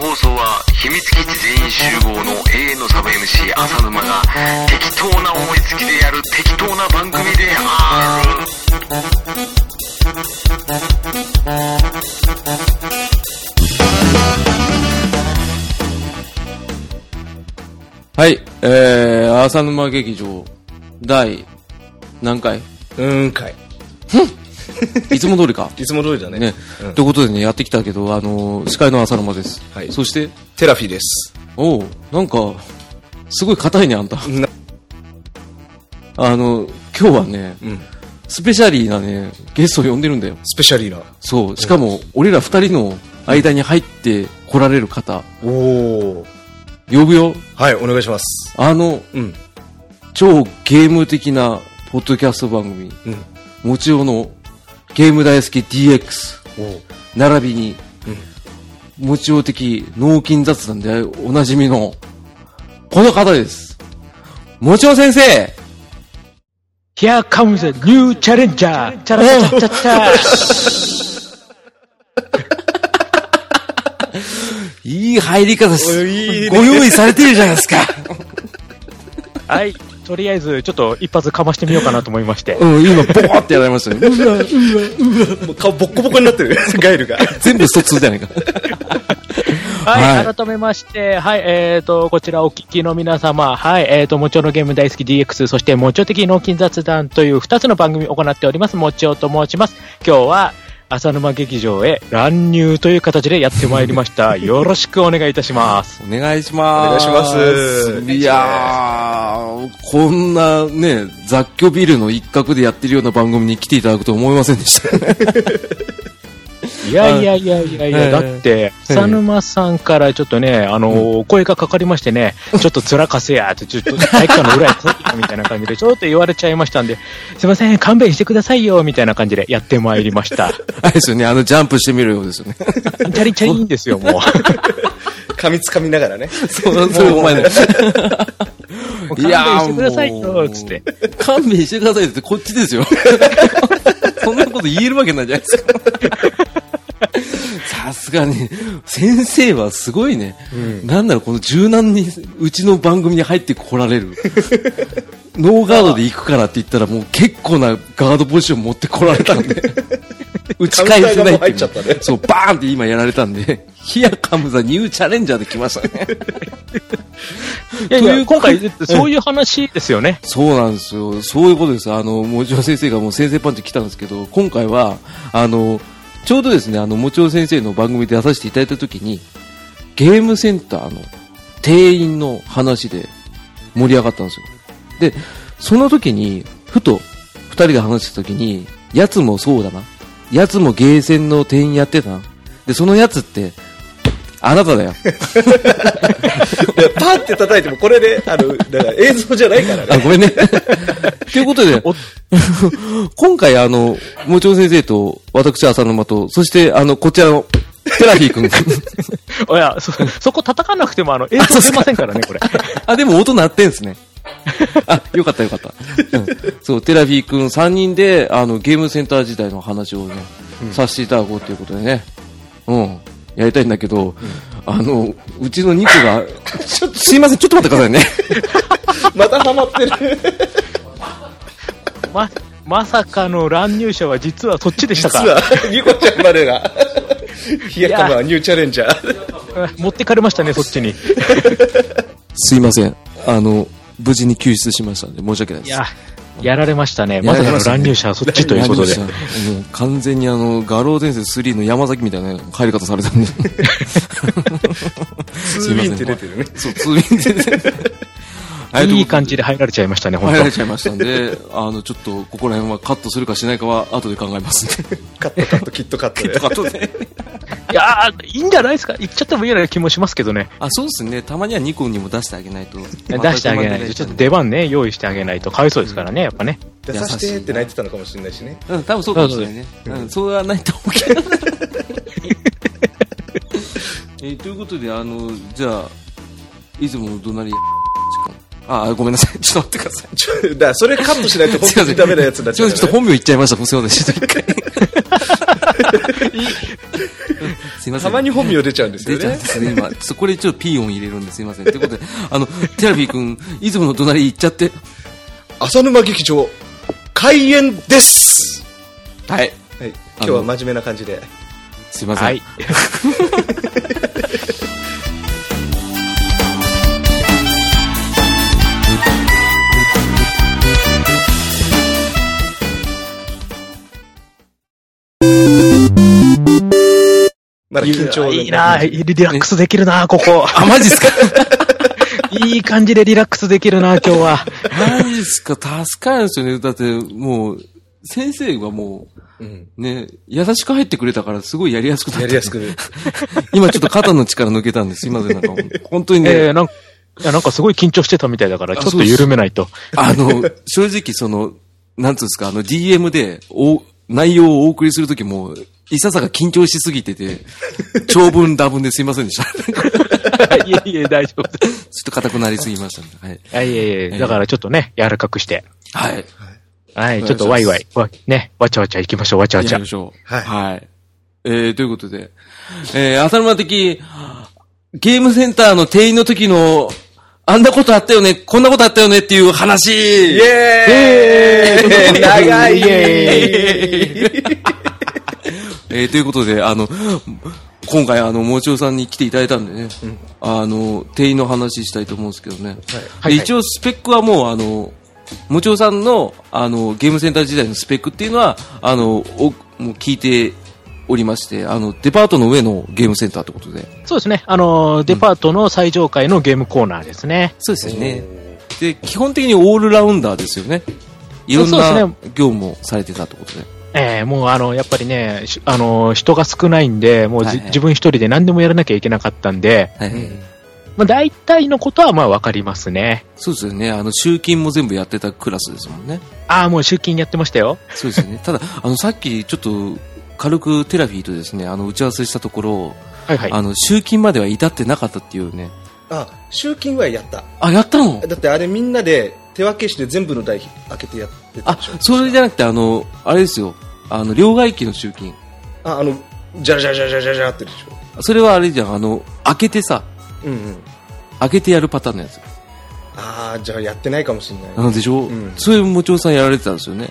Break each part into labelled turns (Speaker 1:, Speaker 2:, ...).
Speaker 1: 放送は秘密基地全員集合の永遠のサブ MC 浅沼が適当な思いつきでやる適当な番組である
Speaker 2: はい、えー、浅沼劇場、第、何 回
Speaker 3: うーんかい。。
Speaker 2: いつも通りか
Speaker 3: いつも通りだね。
Speaker 2: ね、
Speaker 3: うん
Speaker 2: ということでね、やってきたけど、あのー司会の浅沼です。
Speaker 3: はい
Speaker 2: そして、
Speaker 3: テラフィーです。
Speaker 2: おう、なんか、すごい硬いね、あんた。
Speaker 3: な
Speaker 2: あの、今日はね、
Speaker 3: うん。
Speaker 2: スペシャリーなね、ゲストを呼んでるんだよ。
Speaker 3: スペシャリーな。
Speaker 2: そう、しかも、俺ら二人の間に入って来られる方、
Speaker 3: おお。
Speaker 2: 呼ぶよ。
Speaker 3: はい、お願いします。
Speaker 2: あの、
Speaker 3: うん。
Speaker 2: 超ゲーム的な、ポッドキャスト番組、
Speaker 3: うん。
Speaker 2: もちろんの、ゲーム大好き DX。
Speaker 3: おお。
Speaker 2: 並びに、もちお的脳筋雑談でおなじみの、この方です。もちお先生
Speaker 4: Here comes a new challenger. Cha cha cha cha.
Speaker 2: いい入り方です。
Speaker 3: いいね
Speaker 2: ご用意されてるじゃないですか。
Speaker 4: はい。とりあえず、ちょっと一発かましてみようかなと思いまして。
Speaker 2: うん、今、ボーってやられましたね。
Speaker 3: もう顔ボッコボコになってる。 ガイルが。
Speaker 2: 全部疎通じゃないか。
Speaker 4: はい、
Speaker 2: はい
Speaker 4: 改めまして、はい、えっ、と、こちらお聞きの皆様、はい、えっ、と、もちおのゲーム大好き DX、そして、もちお的脳筋雑談という2つの番組を行っております、もちおと申します。今日は、浅沼劇場へ乱入という形でやってまいりました。よろしくお願いいたします。
Speaker 2: お願いします。
Speaker 3: お願いします
Speaker 2: いやー、こんなね、雑居ビルの一角でやってるような番組に来ていただくと思いませんでした。
Speaker 4: いやいやいやいやいや、
Speaker 2: はい
Speaker 4: だって、浅沼さんからちょっとね、あのー、声がかかりましてね、ちょっと辛かせや、って、ちょっと体育館の裏へ届いたみたいな感じで、ちょっと言われちゃいましたんで、すいません、勘弁してくださいよ、みたいな感じでやってまいりました。
Speaker 2: あれですよね、あの、ジャンプしてみるようですよね。
Speaker 4: チャリンチャリンですよ、もう。
Speaker 3: 噛みつかみながらね。
Speaker 2: そう、そう、お前ね。
Speaker 4: もう勘弁してくださいよ、つって。
Speaker 2: て。勘弁してくださいって、こっちですよ。そんなこと言えるわけないじゃないですか。さすがに、先生はすごいね。なんだろう、この柔軟に、うちの番組に入ってこられる。ノーガードで行くからって言ったら、もう結構なガードポジション持ってこられたんで。打ち返せない
Speaker 3: カウンターがもう入っちゃったね
Speaker 2: そう、バーンって今やられたんで、ヒアカムザニューチャレンジャーで来ましたね。
Speaker 4: いやい
Speaker 2: とい
Speaker 4: や、
Speaker 2: う
Speaker 4: 今回、そういう話ですよね。
Speaker 2: そうなんですよ。そういうことです。あの、もちろん先生がもう先生パンチ来たんですけど、今回は、あの、ちょうどですね、あの、もちろん先生の番組で出させていただいたときに、ゲームセンターの店員の話で盛り上がったんですよ。で、その時に、ふと、二人が話した時に、やつもそうだな。やつもゲーセンの店員やってたな。で、そのやつって、あなただよ。
Speaker 3: でパーって叩いても、これで、あの、だから映像じゃないから
Speaker 2: あ、
Speaker 3: ね。
Speaker 2: ごめんね。 ということで、今回、あの、もちろん先生と、私、浅沼と、そして、あの、こちらの、テラフィー君。
Speaker 4: いや、そ、そこ叩かなくても、あの、映像出ませんからね、これ。
Speaker 2: あ、でも音鳴ってんすね。 あ、よかったよかった。うん、そう、テラフィー君3人で、あの、ゲームセンター時代の話をね、させていただこうということでね。うん。やりたいんだけど、あの、うちの2個が、ちょっとすいません、ちょっと待ってくださいね。
Speaker 3: またハマってる。
Speaker 4: ま、まさかの乱入者は実はそっちでした
Speaker 3: 実
Speaker 4: か。
Speaker 3: は、ニコちゃんまでが。ヒヤカマニューチャレンジャー。
Speaker 4: 持ってかれましたね、そっちに。
Speaker 2: すいません。あの、無事に救出しましたんで、申し訳ないで
Speaker 4: い
Speaker 2: す。
Speaker 4: や、やられましたね。
Speaker 2: や
Speaker 4: ま
Speaker 2: ら
Speaker 4: さ
Speaker 2: れま
Speaker 4: かの
Speaker 2: したね
Speaker 4: 乱入者はそっちということで。
Speaker 2: もう完全にあの、画廊伝説3の山崎みたいな入り方され たんで。
Speaker 3: ツービンって出てるね。
Speaker 2: そう、通院でね。 はい
Speaker 4: いい感じで入られちゃいましたね、本
Speaker 2: 入られ
Speaker 4: 当
Speaker 2: ちゃいましたんで、あの、ちょっと、ここら辺はカットするかしないかは、後で考え ますんで。
Speaker 3: カットカット、キットカットで。
Speaker 4: いやー、いいんじゃないですか。言っちゃってもいいような気もしますけどね。
Speaker 2: あ、そうですね。たまにはニコンにも出してあげないと。出
Speaker 4: 出してあげないと、ちょっと出番ね、用意してあげないと、かわいそうですからね、やっぱね。
Speaker 3: 出させてって泣いてたのかもしれないしね。
Speaker 2: うん、多分そうかもしれないね。うん、それはないと思うけど。 えーということで、あの、じゃあ、いつもの怒鳴り、あ、ごめんなさい。ちょっと待ってください。
Speaker 3: ちょだからそれカットしないと本
Speaker 2: すいませ
Speaker 3: 当
Speaker 2: ん。
Speaker 3: にダメなやつになっちゃう
Speaker 2: すいませんちょっ
Speaker 3: から
Speaker 2: と
Speaker 3: ね。
Speaker 2: 本名言っちゃいました。すいません。ちょっと一回。すいません。
Speaker 3: たまに本名出ちゃうんです よ
Speaker 2: 出ちゃうん
Speaker 3: ね
Speaker 2: で。すね、今。そこでちょっとピー音入れるんですいま せん。ということで、あの、テラフィー君、いつもの隣行っちゃって。
Speaker 3: 浅沼劇場、開演です
Speaker 2: はい。
Speaker 3: はい。今日は真面目な感じで。
Speaker 2: すいません。
Speaker 4: はい。
Speaker 3: まだ緊張がね
Speaker 4: いいなリラックスできるなここ。
Speaker 2: あ、マジっすか
Speaker 4: いい感じでリラックスできるな今日は。
Speaker 2: マジっすか助かるんですよね。だって、もう、先生がも
Speaker 3: うん。
Speaker 2: う、ね、優しく入ってくれたから、すごいやりやすくなった。
Speaker 3: やりやすく。
Speaker 2: 今ちょっと肩の力抜けたんです。すいません。なんかもう、本当に ね、
Speaker 4: えー、なんか、いやなんかすごい緊張してたみたいだから、
Speaker 2: あ
Speaker 4: ちょっと緩 めないと。
Speaker 2: あの、正直その、なんつうんですか、あの、DM で、お、内容をお送りするときも、いささか緊張しすぎてて、長文打文ですいませんでした。 ちょっ
Speaker 4: いえいえ、大丈夫です。
Speaker 2: と硬くなりすぎましたね。はい。
Speaker 4: いやいやいや、だからちょっとね、柔らかくして。
Speaker 2: はい。
Speaker 4: はい、ちょっとワイワイ、わね、わちゃわちゃ行きましょう、わちゃわち
Speaker 2: や
Speaker 4: ゃ
Speaker 2: りま。しょう。
Speaker 3: はい
Speaker 2: はい。えー、ということで、えー、浅沼的、ゲームセンターの店員の時の、あんなことあったよね、こんなことあったよねっていう話
Speaker 3: イエーイ 長い
Speaker 4: イエ
Speaker 2: えーということで、あの、今回、あの、もちおさんに来ていただいたんでね、あの、店員の話したいと思うんですけどね。
Speaker 4: はい
Speaker 2: で一応、スペックはもう、あの、もちおさんの、あの、ゲームセンター時代のスペックっていうのは、あの、おもう聞いておりまして、あの、デパートの上のゲームセンターってことで。
Speaker 4: そうですね、あのー、デパートの最上階のゲームコーナーですね。
Speaker 2: そうですよね。で、基本的にオールラウンダーですよね。いろん
Speaker 4: そうです
Speaker 2: な
Speaker 4: ね
Speaker 2: 業務をされてたってことで。
Speaker 4: えー、もうあの、やっぱりね、しあのー、人が少ないんで、もうじ、
Speaker 2: はいはい
Speaker 4: 自分一人で何でもやらなきゃいけなかったんで、
Speaker 2: はい、
Speaker 4: まあ大体のことはまあわかりますね。
Speaker 2: そうですよね。あの、集金も全部やってたクラスですもんね。
Speaker 4: ああ、もう集金やってましたよ。
Speaker 2: そうですよね。ただ、あの、さっきちょっと、軽くテラフィーとですね、あの、打ち合わせしたところ、
Speaker 4: はいはい。
Speaker 2: あの、集金までは至ってなかったっていうね。
Speaker 3: あ、集金はやった。
Speaker 2: あ、やったの
Speaker 3: だってあれみんなで手分けして全部の台開けてやってた
Speaker 2: あ
Speaker 3: でしょ。、
Speaker 2: それじゃなくて、あの、あれですよ。あの、両替機の集金。
Speaker 3: あ、あの、じゃらじゃらじゃらじゃらじゃらじゃらってるでし
Speaker 2: それはあれじゃん、あの、開けてさ、
Speaker 3: ょ。うんうん。
Speaker 2: 開けてやるパターンのやつ。
Speaker 3: ああ、じゃあやってないかもしれない。
Speaker 2: なんでしょう、
Speaker 3: うん
Speaker 2: そういうもちろさんやられてたんですよね。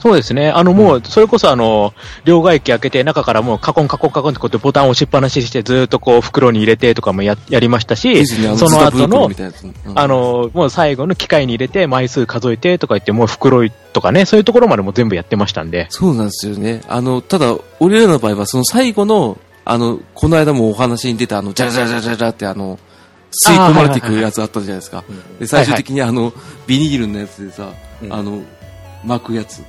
Speaker 4: そうですね。あの、もう、それこそ、あの、両替機開けて、中からもう、カコンカコンカコンってこうやってボタンを押しっぱなしにして、ずーっとこう、袋に入れてとかもや、やりましたし、
Speaker 2: ですねあ
Speaker 4: そ
Speaker 2: ズ
Speaker 4: の
Speaker 2: タブ
Speaker 4: 後
Speaker 2: ルクル
Speaker 4: の
Speaker 2: み、たいなやつ。うん
Speaker 4: あ、の、もう最後の機械に入れて、枚数数えてとか言って、もう袋とかね、そういうところまでも全部やってましたんで。
Speaker 2: そうなんですよね。あの、ただ、俺らの場合は、その最後の、あの、この間もお話に出た、あの、ジャラジャラジャラジャラって、あの、吸い込まれていくやつあったじゃないですか。で、最終的にあの、ビニールのやつでさ、
Speaker 3: うん
Speaker 2: あの、巻くやつ。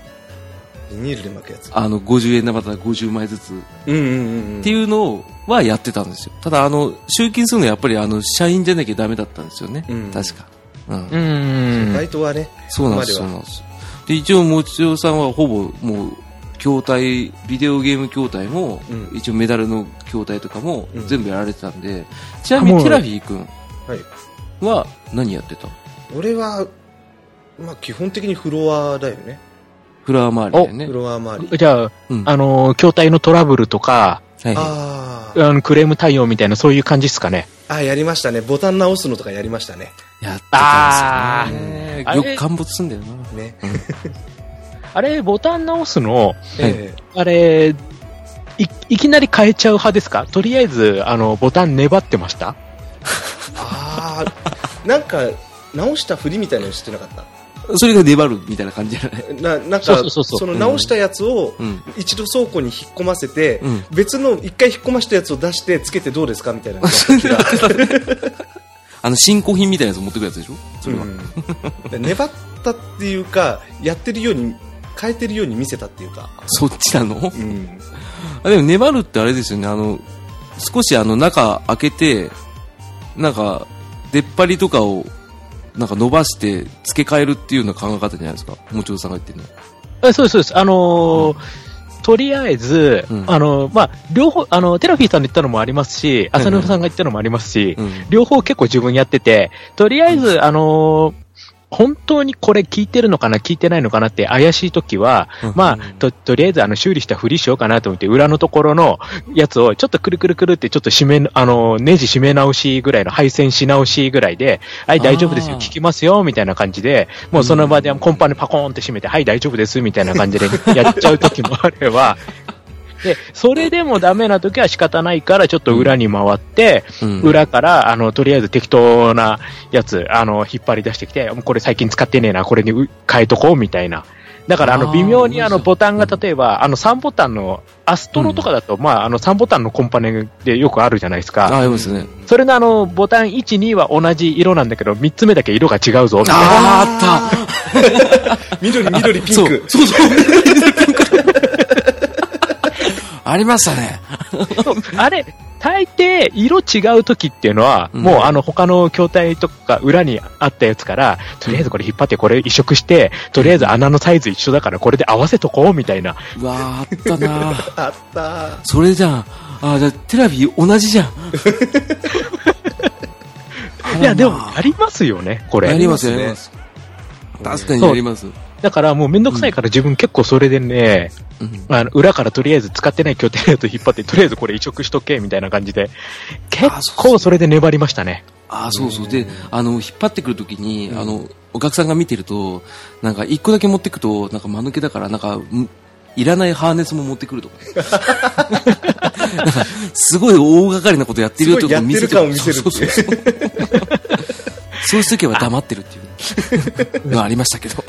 Speaker 3: ビニールで巻くやつ。
Speaker 2: あの、50円玉だったら50枚ずつ。っ
Speaker 3: うんうんうんうん。
Speaker 2: ていうのを、はやってたんですよ。ただ、あの、集金するのはやっぱり、あの、社員じゃなきゃダメだったんですよね。
Speaker 3: うん
Speaker 2: 確か。うん
Speaker 4: う。ー
Speaker 3: バ
Speaker 4: ん。
Speaker 3: イトはね、
Speaker 2: そうなんです、
Speaker 3: こ
Speaker 2: そう
Speaker 3: こまで
Speaker 2: なんです。で、一応、もちおさんはほぼ、もう、筐体、ビデオゲーム筐体も、
Speaker 3: うん
Speaker 2: 一応メダルの筐体とかも
Speaker 3: うん
Speaker 2: 全部やられてたんで、ちなみにテラフィー君
Speaker 3: はい。
Speaker 2: は何やってた
Speaker 3: 俺は、まあ基本的にフロアだよね。
Speaker 2: フラワー周りだよね
Speaker 3: フ。ロア周り。
Speaker 4: じゃあ、
Speaker 2: うん
Speaker 4: あの、筐体のトラブルとか、
Speaker 2: はいはい
Speaker 3: あー
Speaker 4: あのクレーム対応みたいな、そういう感じですかね。
Speaker 3: あー、やりましたね。ボタン直すのとかやりましたね。
Speaker 2: やってたんです
Speaker 4: あー
Speaker 2: よ
Speaker 4: あ
Speaker 2: ね。
Speaker 4: れ
Speaker 2: よく陥没すんだよな。
Speaker 3: ね。
Speaker 4: あれ、ボタン直すの、
Speaker 2: はい
Speaker 3: え
Speaker 4: あれ、い、いきなり変えちゃう派ですかとりあえず、あの、ボタン粘ってました
Speaker 3: えああ、なんか、直したふりみたいなのしてなかった。
Speaker 2: それが粘るみたいな感じじゃない
Speaker 3: ななんか
Speaker 4: そう
Speaker 3: そ
Speaker 4: そうそうそう
Speaker 3: の直したやつを
Speaker 2: うん
Speaker 3: 一度倉庫に引っ込ませて、
Speaker 2: うん
Speaker 3: 別の一回引っ込ましたやつを出してつけてどうですかみたいなのが
Speaker 2: あの、新古品みたいなやつ持ってくるやつでしょそれは。
Speaker 3: うん粘ったっていうかやってるように変えてるように見せたっていうか、
Speaker 2: そっちなの
Speaker 3: うん、
Speaker 2: あでも粘るってあれですよねあの少しあの中開けてなんか出っ張りとかをなんか伸ばして付け替えるっていうような考え方じゃないですかもちろさんが言ってるの
Speaker 4: えそうです、そうです。あのーとりあえず、
Speaker 2: うん
Speaker 4: あのーまあ、両方、あの、テラフィーさんの言ったのもありますし、
Speaker 2: はい
Speaker 4: 浅沼さんが言ったのもありますし、
Speaker 2: うん
Speaker 4: 両方結構自分やってて、とりあえず、あのー本当にこれ聞いてるのかな、聞いてないのかなって怪しいときは、まあ、と、とりあえずあの修理したふりしようかなと思って、裏のところのやつをちょっとくるくるくるって、ちょっと締め、あの、ネジ締め直しぐらいの配線し直しぐらいで、はい、大丈夫ですよ、
Speaker 2: あー
Speaker 4: 聞きますよ、みたいな感じで、もうその場でコンパネパコーンって締めて、はい、大丈夫です、みたいな感じで やっちゃうときもあれば、で、それでもダメなときは仕方ないから、ちょっと裏に回って、
Speaker 2: うん
Speaker 4: 裏から、あの、とりあえず適当なやつ、あの、引っ張り出してきて、もうこれ最近使ってねえな、これにう変えとこう、みたいな。だから、あ
Speaker 2: あ
Speaker 4: の、
Speaker 2: ー
Speaker 4: 微妙に
Speaker 2: 面
Speaker 4: あ
Speaker 2: 白
Speaker 4: の、
Speaker 2: い
Speaker 4: ボタンが例えば、あの、3ボタンの、アストロとかだと、まあ、あの、3ボタンのコンパネでよくあるじゃないです
Speaker 2: あ
Speaker 4: か。
Speaker 2: ありますね。
Speaker 4: それのあの、ボタン1、2は同じ色なんだけど、3つ目だけ色が違うぞ、みたいな。
Speaker 2: ああ、あっ
Speaker 3: 緑、緑、
Speaker 2: た。
Speaker 3: ピ
Speaker 2: そ
Speaker 3: ン
Speaker 2: う
Speaker 3: ク、。
Speaker 2: そうそう。ありましたね。
Speaker 4: あれ、大抵、色違う時っていうのは、
Speaker 2: うん
Speaker 4: もうあの、他の筐体とか裏にあったやつから、とりあえずこれ引っ張ってこれ移植して、とりあえず穴のサイズ一緒だからこれで合わせとこうみたいな。
Speaker 2: うわあ、あったな。
Speaker 3: あった
Speaker 2: それじゃん。ああ、じゃあテレビ同じじゃん。
Speaker 4: いや、でも、
Speaker 2: あ
Speaker 4: やりますよね、こ
Speaker 2: らまあや
Speaker 4: れ。
Speaker 2: りますよ、や
Speaker 3: や
Speaker 2: り
Speaker 3: り
Speaker 2: ま。
Speaker 3: ます
Speaker 2: 確かに
Speaker 4: そう
Speaker 2: やります。
Speaker 4: だからもうめんどくさいから自分結構それでね、
Speaker 2: うん
Speaker 4: あの裏からとりあえず使ってない筐体だと引っ張って、とりあえずこれ移植しとけみたいな感じで、結構それで粘りましたね。
Speaker 2: ああ、そうそう。で、あの、引っ張ってくるときに、あの、お客さんが見てると、なんか、一個だけ持ってくと、なんか、間抜けだから、なんか、むいらないハーネスも持ってくると か。なんかすごい大掛かりなことやってるよってことを見せ
Speaker 3: すごいやってる感
Speaker 2: そうそ
Speaker 3: を
Speaker 2: うそうそう。そうしとけば黙ってるって いうのありましたけど。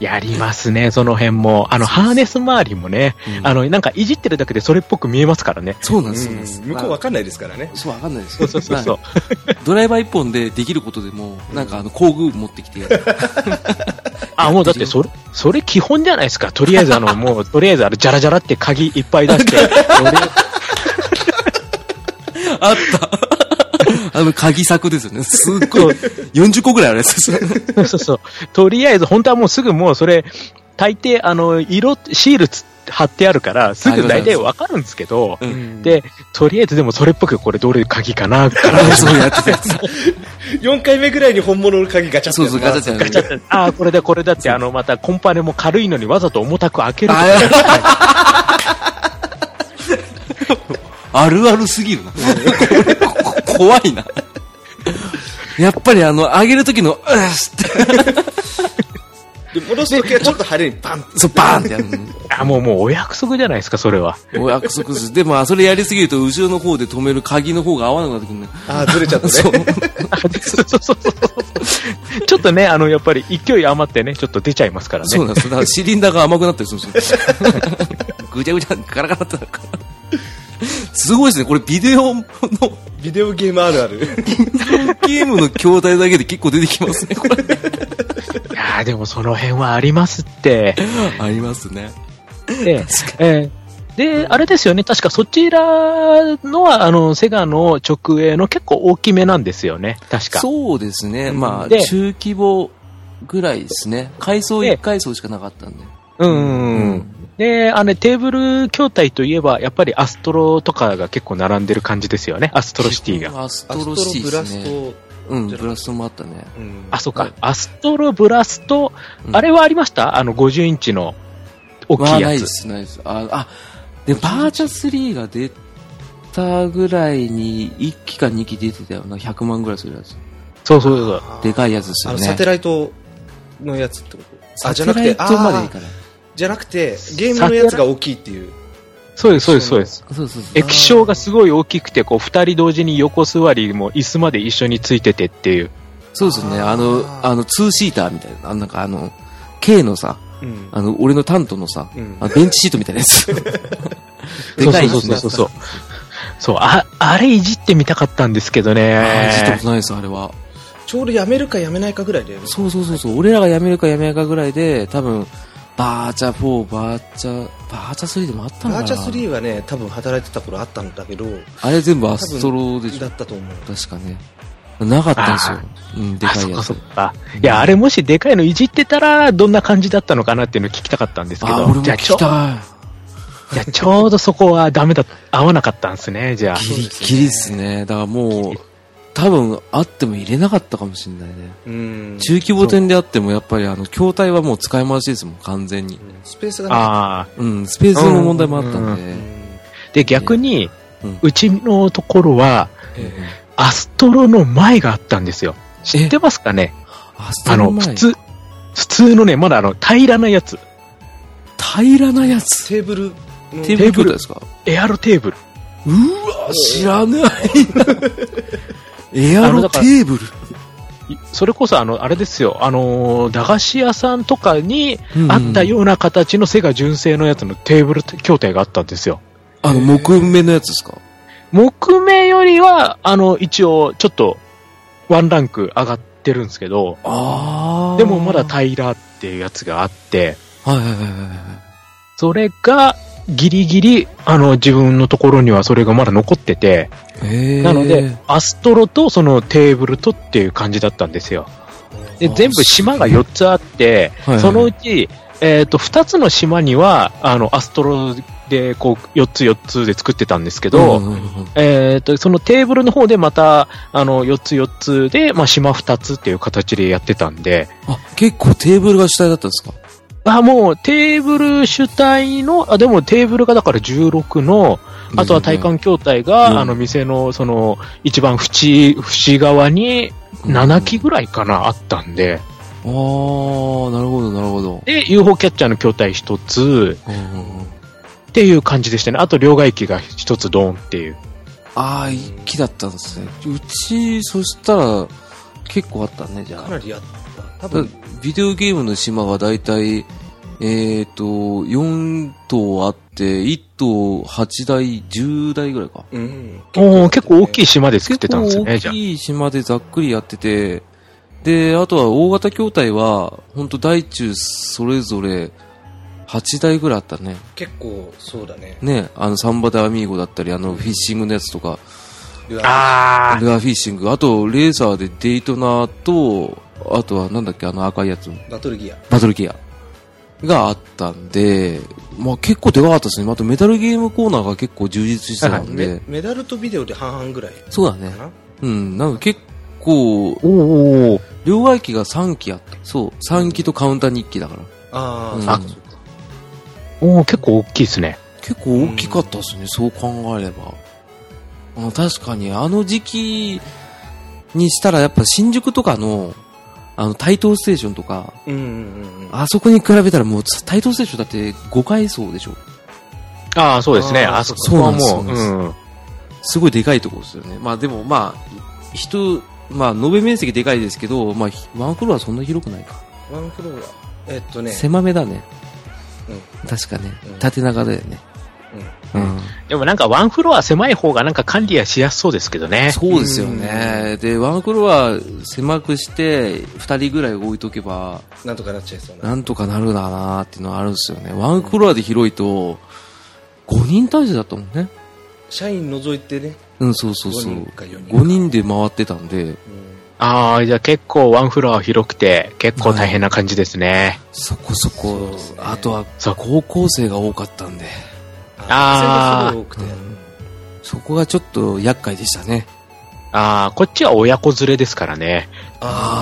Speaker 4: やりますね、その辺も。あの、ハーネス周りもね、あの、なんかいじってるだけでそれっぽく見えますからね。
Speaker 2: そうなんです、そうなんです。
Speaker 3: うん向こうわかんないですからね。
Speaker 2: そう、わかんないです
Speaker 4: そうそうそうそう。
Speaker 2: ドライバー一本でできることでも、なんかあの工具持ってきてやる。
Speaker 4: あ、もうだってそれ、それ基本じゃないですか。とりあえ ずあの、もう、とりあえずあの、じゃらじゃらって鍵いっぱい出して、
Speaker 2: あった。あの、鍵柵ですよね。すっごい。40個ぐらいあるやつですね。
Speaker 4: そうそうそう。とりあえず、本当はもうすぐもうそれ、大抵あの、色、シールつ貼ってあるから、すぐ大体わかるんですけど、
Speaker 2: うん
Speaker 4: で、とりあえずでもそれっぽくこれどれ鍵かな、から、
Speaker 2: あそうやってたやつ。
Speaker 3: 4回目ぐらいに本物の鍵ガチャっ
Speaker 2: そ
Speaker 3: て
Speaker 2: う
Speaker 3: やつ
Speaker 2: そう、ガチャガ
Speaker 4: ガ
Speaker 2: チ
Speaker 4: チャ
Speaker 2: ャ。
Speaker 4: って、ああ、これだこれだって、あの、またコンパネも軽いのにわざと重たく開けるとか。
Speaker 2: ああるあるすぎるな。これここ怖いな。やっぱりあの、上げる時の、うっしって、
Speaker 3: で戻すときはちょっと晴れにバンって
Speaker 2: そう、バーンってやるの。
Speaker 4: あ、もうもうお約束じゃないですか、それは。
Speaker 2: お約束です。でも、あそれやりすぎると、後ろの方で止める鍵の方が合わなくなってくるね。
Speaker 3: あーずれちゃった ね
Speaker 2: そう。
Speaker 4: そうそうそうそう。 ちょっとね、あの、やっぱり勢い余ってね、ちょっと出ちゃいますから
Speaker 2: そう
Speaker 4: ね。
Speaker 2: なんです。だ からシリンダーが甘くなったりするんですよ。ぐちゃぐちゃ、ガラガラってなるから。すごいですね。これビデオの
Speaker 3: ビデオゲームあるある
Speaker 2: ゲームの筐体だけで結構出てきます ね。これ。
Speaker 4: いやーでもその辺はありますって。
Speaker 2: ありますね。
Speaker 4: で、えーで、あれですよね、確かそちらのは、あの、セガの直営の結構大きめなんですよね、確か。
Speaker 2: そうですね。まあ、
Speaker 4: で
Speaker 2: 中規模ぐらいですね。階層1階層しかなかったんで。
Speaker 4: うんうんう。
Speaker 2: うん
Speaker 4: で、あの、テーブル筐体といえば、やっぱりアストロとかが結構並んでる感じですよね、アストロシティが。。
Speaker 2: アス
Speaker 3: ア
Speaker 2: ト
Speaker 3: スト
Speaker 2: ロ
Speaker 3: ロ
Speaker 2: シティ
Speaker 3: ブ
Speaker 2: で
Speaker 3: ラ
Speaker 2: す
Speaker 3: ス
Speaker 2: ね。
Speaker 3: ト、
Speaker 2: うん、ブラスト もあったね。
Speaker 3: うん
Speaker 4: あ、そう
Speaker 2: は
Speaker 4: か
Speaker 2: い、
Speaker 4: アストロブラスト、
Speaker 2: うん
Speaker 4: あれはありましたあの、50インチの大
Speaker 2: ま
Speaker 4: き
Speaker 2: あ
Speaker 4: い
Speaker 2: ない
Speaker 4: や
Speaker 2: で
Speaker 4: つ。
Speaker 2: す、ないです。あ、あ、で、バーチャ3が出たぐらいに、1機か2機出てたよな。100万ぐらいするやつ。
Speaker 4: そうそうそう。
Speaker 2: でかいやつです
Speaker 3: あ
Speaker 2: よ
Speaker 3: の
Speaker 2: ね。
Speaker 3: サテライトのやつってことあじゃなく
Speaker 2: サ
Speaker 3: て
Speaker 2: テライトまでい
Speaker 3: あ
Speaker 2: かない。
Speaker 3: ーじゃなくてゲームのやつが大きいっていう
Speaker 4: そうです、そうです、そうです。
Speaker 2: そうそうそう。
Speaker 4: 液晶がすごい大きくて、こう、二人同時に横座りも椅子まで一緒についててっていう。
Speaker 2: そうですね。あの、あの、ツーシーターみたいな。あのなんかあの、K のさ、
Speaker 3: うん
Speaker 2: あの、俺の担当のさ、
Speaker 3: うん
Speaker 2: あのベンチシートみたいなや つ。でかい
Speaker 4: そう
Speaker 2: ですね。
Speaker 4: そうそうそう。そう、あ、あれいじってみたかったんですけど
Speaker 2: あーじったこ
Speaker 4: ね。
Speaker 2: とないです、あれは。
Speaker 3: ちょうどやめるかやめないかぐらいで
Speaker 2: そうそうそうそう、俺らが辞めるか辞めないかぐらいで、多分、バーチャ4、バーチャ、バーチャ3でもあったのかな
Speaker 3: バーチャ3はね多分働いてた頃あったんだけど
Speaker 2: あれ全部アストロでし
Speaker 3: だ
Speaker 2: ょ
Speaker 3: ったと思う
Speaker 2: 確かね。なかったんですよ。うん、で
Speaker 4: あ、
Speaker 2: か
Speaker 4: そ
Speaker 2: い
Speaker 4: っ
Speaker 2: や
Speaker 4: か
Speaker 2: つ
Speaker 4: そっ。か。いや、あれもしでかいのいじってたら、どんな感じだったのかなっていうの聞きたかったんですけ
Speaker 2: あ、
Speaker 4: ど。
Speaker 2: 俺も
Speaker 4: じゃ
Speaker 2: 聞
Speaker 4: あちょ
Speaker 2: きたい。
Speaker 4: じゃあちょうどそこはダメだ、合わなかったんですね、じゃあ。
Speaker 2: ギリギリですね。だからもう、多分あっても入れなかったかもしれないね。
Speaker 3: うん
Speaker 2: 中規模店であってもやっぱりあの、筐体はもう使い回しですもん、完全に。
Speaker 3: スペースがな
Speaker 4: ああ。
Speaker 2: うん、スペースの問題もあったんで
Speaker 3: い。
Speaker 4: で、逆に、
Speaker 2: うん
Speaker 4: うちのところは、
Speaker 2: ええ
Speaker 4: アストロの前があったんですよ。知ってますかね
Speaker 2: あ、そ
Speaker 4: あの、普通、普通のね、まだあの、平らなやつ。
Speaker 2: 平らなやつ。
Speaker 3: テーブルの
Speaker 2: テーブルですか
Speaker 4: エアロテーブル。
Speaker 2: うわ、知らない。エアロテーブル。
Speaker 4: いそれこそあの、あれですよ、あのー駄菓子屋さんとかにあったような形のセガ純正のやつのテーブル筐体があったんですよ。
Speaker 2: あの、木目のやつですか
Speaker 4: 木目よりは、あの、一応、ちょっと、ワンランク上がってるんですけど、
Speaker 2: ああ。
Speaker 4: でもまだ平らっていうやつがあって、
Speaker 2: はいはいはいは
Speaker 4: それが、ギリギリ、あの、自分のところにはそれがまだ残ってて、
Speaker 2: い。へえ。
Speaker 4: なので、アストロとそのテーブルとっていう感じだったんですよ。で、
Speaker 2: あ
Speaker 4: 全部島が4つあって、
Speaker 2: はいはい
Speaker 4: そのうち、えっ、と、2つの島には、あの、アストロで、こう、4つ4つで作ってたんですけど、
Speaker 2: うんうんうんうん
Speaker 4: えっ、と、そのテーブルの方でまた、あの、4つ4つで、まあ、島2つっていう形でやってたんで、
Speaker 2: あ、結構テーブルが主体だったんですか
Speaker 4: あ、もう、テーブル主体の、あ、でもテーブルがだから16の、あとは体幹筐体が、
Speaker 2: うん
Speaker 4: あの、店の、その、一番縁、縁側に、7機ぐらいかな、あったんで、
Speaker 2: ああー、なるほど、なるほど。
Speaker 4: で、UFO キャッチャーの筐体1つ、
Speaker 2: うんうんうん
Speaker 4: っていう感じでしたね。あと両替機が一つドーンっていう。
Speaker 2: ああ、一気だったんですね。うち、そしたら、結構あったね、じゃあ
Speaker 3: か。なりやった多
Speaker 2: だ
Speaker 3: 分
Speaker 2: ビデオゲームの島はだいたい、えっ、と、4頭あって、1頭8台、10台ぐらいか。
Speaker 3: うん
Speaker 4: おお、結構大きい島で作っ
Speaker 2: 結
Speaker 4: てたんです
Speaker 2: 構
Speaker 4: よね、じゃ
Speaker 2: 大きい島でざっくりやってて、で、あとは大型筐体は、ほんと大中それぞれ8台ぐらいあったね。
Speaker 3: 結構そうだね
Speaker 2: ね、あの、サンバダアミーゴだったり、あの、フィッシングのやつとか、
Speaker 3: ルアー
Speaker 4: あ。あ
Speaker 2: ルアーフィッシング、あと、レーサーでデイトナーと、あとはなんだっけ、あの赤いやつ。
Speaker 3: バトルギア
Speaker 2: バトルギアがあったんで、まあ結構でかかったですね。あとメタルゲームコーナーが結構充実してたんで、
Speaker 3: メメダルとビデオで半々ぐらい
Speaker 2: そうだね
Speaker 3: か。な
Speaker 2: うん、なんか結構、
Speaker 4: おーおー
Speaker 2: 両替機が3機あった。そう、3機とカウンター2機だから。
Speaker 3: あ
Speaker 2: うん
Speaker 3: あそうかそうか
Speaker 4: おー結構大きいですね。
Speaker 2: 結構大きかったですね、そう考えれば。あ確かに、あの時期にしたらやっぱ新宿とかの、あの、台東ステーションとか、
Speaker 3: うんうんうんうん
Speaker 2: あそこに比べたらもう台東ステーションだって5階層でしょ。
Speaker 4: ああ、そうですね。
Speaker 3: あー
Speaker 4: あそこは
Speaker 2: そう
Speaker 4: もう、
Speaker 2: なんですそう
Speaker 4: うん。
Speaker 2: すごいでかいところですよね。まあでもまあ、人、まあ延べ面積でかいですけど、まあひワンクロはそんな広くないか。
Speaker 3: ワンフロアえっとね
Speaker 2: 狭めだね。
Speaker 3: う
Speaker 2: 確かね
Speaker 3: うん。
Speaker 2: 縦長だよね。うん。
Speaker 4: でもなんかワンフロア狭い方がなんか管理はしやすそうですけどね。
Speaker 2: そうですよね。で、ワンクロは狭くして、二人ぐらい置いとけば、
Speaker 3: なんとかなっちゃいそうな
Speaker 2: なんとかなるだなーっていうのはあるんですよね。ワンクロアで広いと、5人体制だったもんね。
Speaker 3: 社員除いてね
Speaker 2: うん、そうそう
Speaker 3: 5
Speaker 2: そう。
Speaker 3: 人か4人
Speaker 2: 5人で回ってたんで、
Speaker 3: うん
Speaker 4: ああ、じゃあ結構ワンフロア広くて、結構大変な感じですね。
Speaker 2: そこそ
Speaker 3: そう
Speaker 2: こ
Speaker 3: ですね、
Speaker 2: あとは
Speaker 4: そう
Speaker 2: 高校生が多かったんで。
Speaker 4: あー
Speaker 3: 学生がすごい多くて
Speaker 2: うんそこがちょっと厄介でしたね。
Speaker 4: ああ、こっちは親子連れですからね。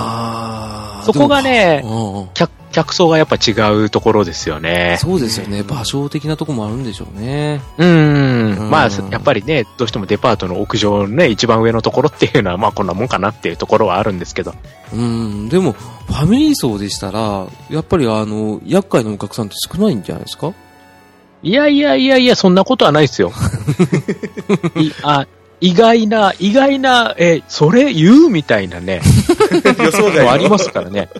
Speaker 2: あ
Speaker 4: そこがね、
Speaker 2: うん
Speaker 4: 客客層がやっぱ違うところですよね。
Speaker 2: そうですよね。場所的なとこもあるんでしょうね。
Speaker 4: うん。
Speaker 2: ん
Speaker 4: まあ、やっぱりね、どうしてもデパートの屋上のね、一番上のところっていうのは、まあこんなもんかなっていうところはあるんですけど。
Speaker 2: うん。でも、ファミリー層でしたら、やっぱりあの、厄介なお客さんって少ないんじゃないですか
Speaker 4: いやいやいやいや、そんなことはないですよ。いあ意外な、意外な、え、それ言うみたいなね、
Speaker 3: 予想外
Speaker 4: の
Speaker 3: の
Speaker 4: ありますからね。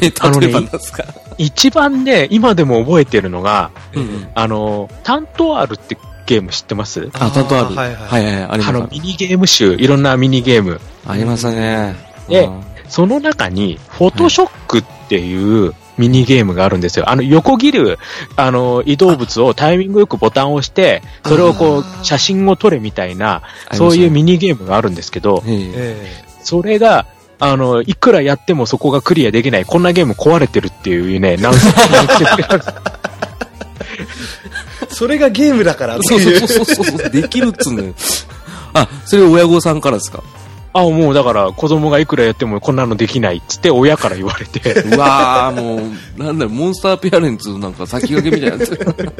Speaker 2: え、例
Speaker 4: あのね
Speaker 2: えばなんですか
Speaker 4: 一番ね、今でも覚えてるのが、
Speaker 2: うん。
Speaker 4: あの、担当あるってゲーム知ってます
Speaker 2: あ、ちゃんとある。
Speaker 3: は
Speaker 2: はいいは
Speaker 3: はい
Speaker 2: いはい。ありま
Speaker 4: あ
Speaker 2: し
Speaker 4: の、ミニゲーム集、いろんなミニゲーム。
Speaker 2: た。ありましたね。
Speaker 4: で
Speaker 2: うん
Speaker 4: その中に、フォトショックっていうミニゲームがあるんですよ。あの、横切る、あの、移動物をタイミングよくボタンを押して、それをこ
Speaker 3: あー
Speaker 4: う、写真を撮れみたいな、
Speaker 2: ありま
Speaker 4: そう
Speaker 2: した
Speaker 4: いう
Speaker 2: ね
Speaker 4: ミニゲームがあるんですけど、
Speaker 2: ええ
Speaker 3: え
Speaker 4: それが、あの、いくらやってもそこがクリアできない、こんなゲーム壊れてるっていうね、ナウセンスの言ってる
Speaker 3: えそれがゲームだからって
Speaker 2: そう
Speaker 3: い
Speaker 2: そうそうそうそう、できるっつうのよ。あ、それ親御さんからですか
Speaker 4: あ、もうだから子供がいくらやってもこんなのできないっつって親から言われて、
Speaker 2: うわー、もう、なんだろう、モンスターペアレンツなんか先駆けみたいになって る。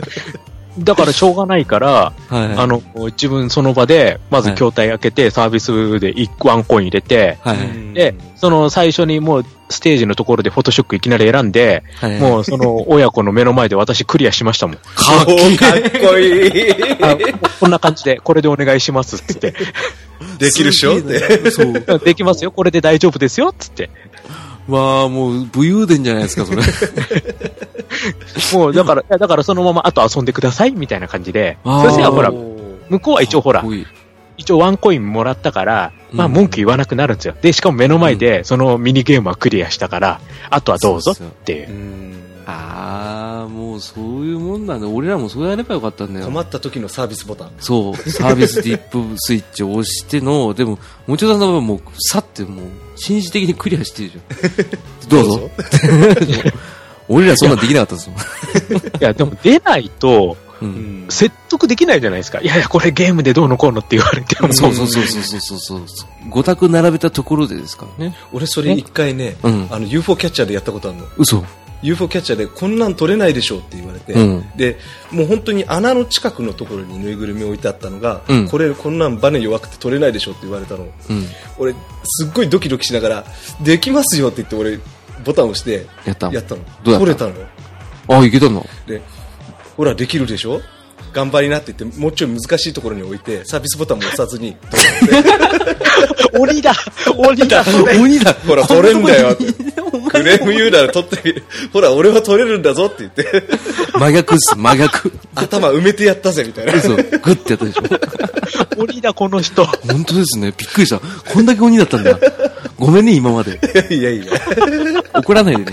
Speaker 4: だからしょうがないから、
Speaker 2: はい。
Speaker 4: あの、自分その場で、まず
Speaker 2: はい
Speaker 4: 筐体開けて、サービスで1ワンコイン入れて、
Speaker 2: はい。
Speaker 4: で、その最初にもうステージのところでフォトショックいきなり選んで、
Speaker 2: はい、
Speaker 4: もうそ の親子の目の前で私クリアしましたもん。
Speaker 3: かっこいい。
Speaker 4: あこんな感じで、これでお願いしますっつって。
Speaker 3: できるっしょって。
Speaker 2: そう。
Speaker 4: できますよ、これで大丈夫ですよっつって。
Speaker 2: わあ、もう武勇伝じゃないですか、 それ。
Speaker 4: もうだから、いやだからそのままあと遊んでくださいみたいな感じで、
Speaker 2: あー
Speaker 4: そしたらほら、
Speaker 3: う
Speaker 4: 向こうは一応ほら
Speaker 2: かっ、こいい
Speaker 4: 一応ワンコインもらったから、まあ
Speaker 2: うん
Speaker 4: 文句言わなくなるんですよ。で、しかも目の前でそのミニゲームはクリアしたから、あとはどうぞっていう。
Speaker 3: ん
Speaker 2: ああ、もうそういうもんなんだ。俺らもそうやればよかったんだよ。
Speaker 3: 困った時のサービスボタン。
Speaker 2: そう、サービスディップスイッチを押しての、でも、もちろんの場合はもう、さってもう、紳士的にクリアしてるじゃん。どうぞ。俺らそんなんできなかったですもん。
Speaker 4: いや、でも出ないと
Speaker 2: うん
Speaker 4: 説得できないじゃないですか。いやいや、これゲームでどうのこうのって言われても。
Speaker 2: そうそうそうそうそうそうそう。5択並べたところでですからね。
Speaker 3: 俺それ一回ね、
Speaker 2: うん。
Speaker 3: あの UFO キャッチャーでやったことあるの。
Speaker 2: 嘘。
Speaker 3: UFO キャッチャーでこんなん取れないでしょうって言われて、
Speaker 2: うん
Speaker 3: でもう本当に穴の近くのところにぬいぐるみ置いてあったのが、
Speaker 2: うん
Speaker 3: これこんなんバネ弱くて取れないでしょうって言われたの
Speaker 2: うん。
Speaker 3: 俺すっごいドキドキしながらできますよって言って俺ボタンを押して
Speaker 2: やった。
Speaker 3: やったの
Speaker 2: どうだった
Speaker 3: 取れたのよ
Speaker 2: あ、いけたの。
Speaker 3: でほらできるでしょ頑張りなって言ってもうちょい難しいところに置いてサービスボタンも押さずに
Speaker 4: 鬼だ鬼だ
Speaker 2: 鬼だ
Speaker 3: ほら取れんだよってクレーム言うなら取ってみるほら俺は取れるんだぞって言って
Speaker 2: 真逆っす、真逆。
Speaker 3: 頭埋めてやったぜみたいな
Speaker 2: 嘘。グッてやったでしょ。
Speaker 4: 鬼だ、この人。
Speaker 2: 本当ですね。びっくりした。こんだけ鬼だったんだ。ごめんね、今まで。
Speaker 3: いやいや
Speaker 2: 怒らないでね。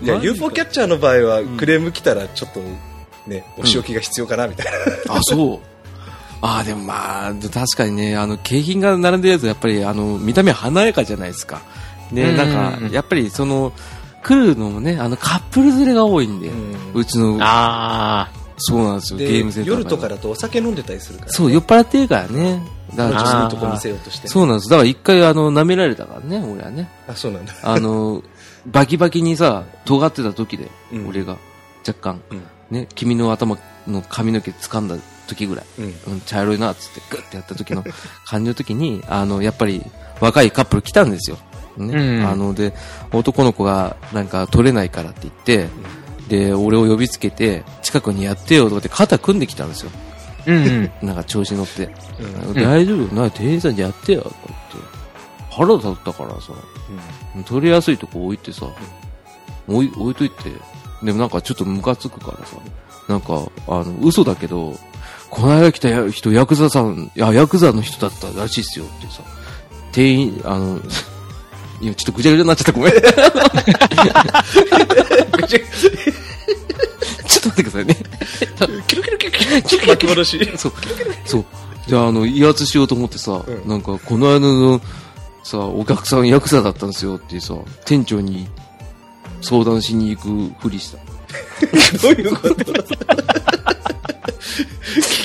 Speaker 3: いや
Speaker 2: マジか
Speaker 3: UFO キャッチャーの場合はクレーム来たらちょっとね、お仕置きが必要かなみたいな、
Speaker 2: あ、そう。 あーでもまあ、確かにね、あの、景品が並んでるやつ、やっぱり、あの、見た目華やかじゃないですか。
Speaker 4: う
Speaker 2: ね、
Speaker 4: ん
Speaker 2: なんか、やっぱり、その、来るのもね、あの、カップル連れが多いんで、うちの、
Speaker 4: あ
Speaker 2: そうなんですよ、ゲ
Speaker 3: で
Speaker 2: ームセンターが
Speaker 3: 夜とかだとお酒飲んでたりするから
Speaker 2: そう、酔っ払ってるからね。だ
Speaker 3: 女
Speaker 2: から、
Speaker 4: あー
Speaker 3: 子のとこ見せようとしてね、
Speaker 2: そうなんです。だから一回、あの、舐められたからね、俺はね。
Speaker 3: あそうなんだ
Speaker 2: あの、バキバキにさ、尖ってた時で、
Speaker 3: うん
Speaker 2: 俺が、若干、
Speaker 3: うん
Speaker 2: ね、君の頭の髪の毛掴んだ時ぐらい。
Speaker 3: うん
Speaker 2: うん、茶色いなっつってグッてやった 時の感じの時にあのやっぱり若いカップル来たんですよ、ね
Speaker 4: うん
Speaker 2: あので男の子がなんか取れないからって言って、で俺を呼びつけて近くにやってよとかって肩組んできたんですよ
Speaker 4: あ。うんうん。
Speaker 2: なんか調子乗って、
Speaker 3: うん
Speaker 2: 大丈夫な店員さんにやってよとか言って腹立ったからさ取りやすいとこ置いてさ、置い置いといて、でもなんかちょっとムカつくからさ、なんか、あの、嘘だけど、この間来たや人、ヤクザさん、いや、ヤクザの人だったらしいっすよってさ、店員、あの、 いや、ちょっとぐちゃぐちゃになっちゃった、ごめん。ちょ っと待ってくださいね。
Speaker 3: キュルキュルキュルキュル巻き戻し
Speaker 2: そう。そう。じゃあ、あの、威圧しようと思ってさ、
Speaker 3: うん
Speaker 2: なんか、この間の、さ、お客さんヤクザだったんですよってさ、店長に相談しに行くふりした。
Speaker 3: どういうこと結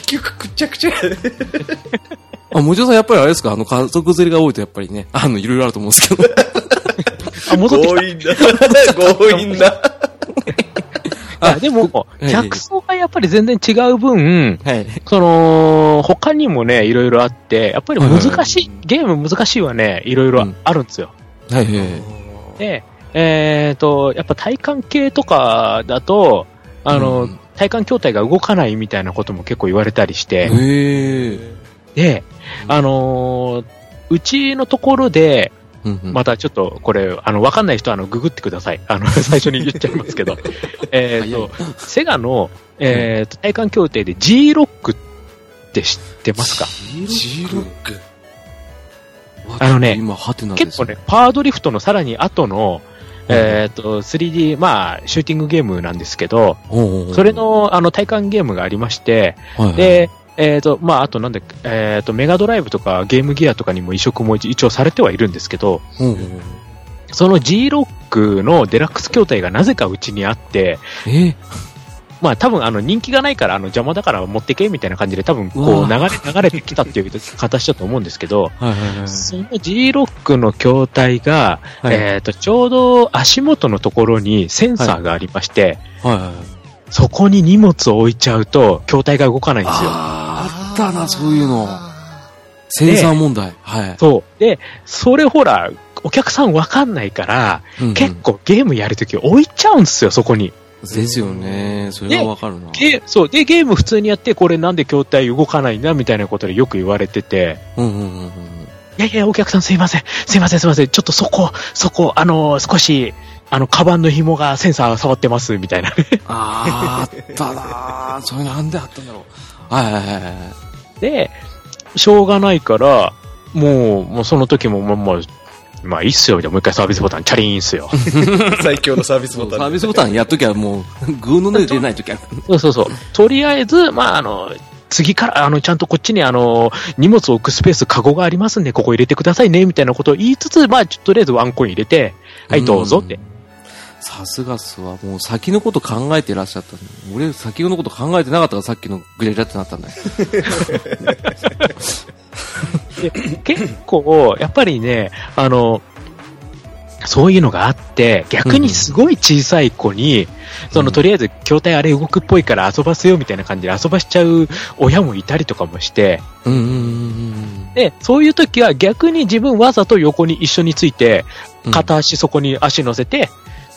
Speaker 3: 局くっちゃくちゃ
Speaker 2: あ、もちろんさんやっぱりあれですかあの、家族連れが多いとやっぱりね、あの、いろいろあると思うんですけど。
Speaker 4: あ、戻ってきた
Speaker 3: 強引だ強引だ
Speaker 4: あでも、
Speaker 2: ええ
Speaker 4: 客層がやっぱり全然違う分、
Speaker 2: はい。
Speaker 4: その、他にもね、いろいろあって、やっぱり難しい、ゲーム難しいはね、いろいろあるんですよ。
Speaker 2: はいはいはい。
Speaker 4: で、えっ、と、やっぱ体感系とかだと、あの、
Speaker 2: うん
Speaker 4: 体感筐体が動かないみたいなことも結構言われたりして、
Speaker 2: へえ。
Speaker 4: で、あのーうちのところで、
Speaker 2: うんうん
Speaker 4: またちょっとこれ、あの、わかんない人はあの、ググってください。あの、 最初に言っちゃいま すけど。えっと、セガの、えっと、体感協定で G ロックって知ってますか
Speaker 3: G ロック
Speaker 2: わ
Speaker 4: あのね
Speaker 2: 今、ハテナです
Speaker 4: 結構ね、パワードリフトのさらに後の、えっと、3D、まあ、シューティングゲームなんですけど、
Speaker 2: おうおうおう
Speaker 4: それ、の、あの、体感ゲームがありまして、
Speaker 2: はいはい、
Speaker 4: で、えっと、まあ、あとなんだっけ、えっと、メガドライブとかゲームギアとかにも移植も一応されてはいるんですけど、
Speaker 2: おうおうおう
Speaker 4: その G ロックのデラックス筐体がなぜかうちにあって、
Speaker 2: え
Speaker 4: まあ多分あの人気がないからあの邪魔だから持ってけみたいな感じで多分
Speaker 2: う
Speaker 4: こ
Speaker 2: わ
Speaker 4: う流れ流れてきたっていう形だと思うんです けど、
Speaker 2: はいはいはい。
Speaker 4: その G ロックの筐体が、
Speaker 2: はい
Speaker 4: えっとちょうど足元のところにセンサーがありまして、
Speaker 2: はいはいはい。
Speaker 4: そこに荷物を置いちゃうと筐体が動かないんですよ。
Speaker 2: あーあったな、そういうの。センサー問題。はい。
Speaker 4: そう。で、それほら、お客さんわかんないから、
Speaker 2: うんうん
Speaker 4: 結構ゲームやるとき置いちゃうんですよ、そこに。
Speaker 2: ですよね。それはわかるな。
Speaker 4: で、そう。で、ゲーム普通にやって、これなんで筐体動かないんだみたいなことでよく言われてて、
Speaker 2: うんうんうんうん。
Speaker 4: いやいや、お客さんすいません。すいません、すいません。ちょっとそこ、そこ、あのー少し、あの、カバンの紐がセンサー触ってます、みたいな。
Speaker 2: あーあったな。それなんであったんだろう。はいはいはいはい。
Speaker 4: で、しょうがないから、もう、もうその時も、まあまあ、まあいいっすよ、みたいな。もう一回サービスボタン、チャリーンっすよ。
Speaker 3: 最強のサービス
Speaker 2: そ
Speaker 3: ボ
Speaker 2: う
Speaker 3: タン。
Speaker 2: サービスボタンやっときゃもう、グーの音で出ないときゃ。
Speaker 4: そうそうそう。とりあえず、まあ、あの、次から、あの、ちゃんとこっちに、あの、荷物を置くスペース、カゴがありますんで、ここ入れてくださいね、みたいなことを言いつつ、まあ、ちょっととりあえずワンコイン入れて、はい、どうぞって
Speaker 2: ん。。さすがっすわ。もう先のこと考えてらっしゃったね。俺、先のこと考えてなかったからさっきのグレラってなったんだよ。
Speaker 4: で結構、やっぱりね、あの、そういうのがあって、逆にすごい小さい子に、その、とりあえず、筐体あれ動くっぽいから遊ばせようみたいな感じで遊ばしちゃう親もいたりとかもして、
Speaker 2: うんうんうん
Speaker 4: で、そういう時は逆に自分わざと横に一緒について、
Speaker 2: うん。
Speaker 4: 片足そこに足乗せて、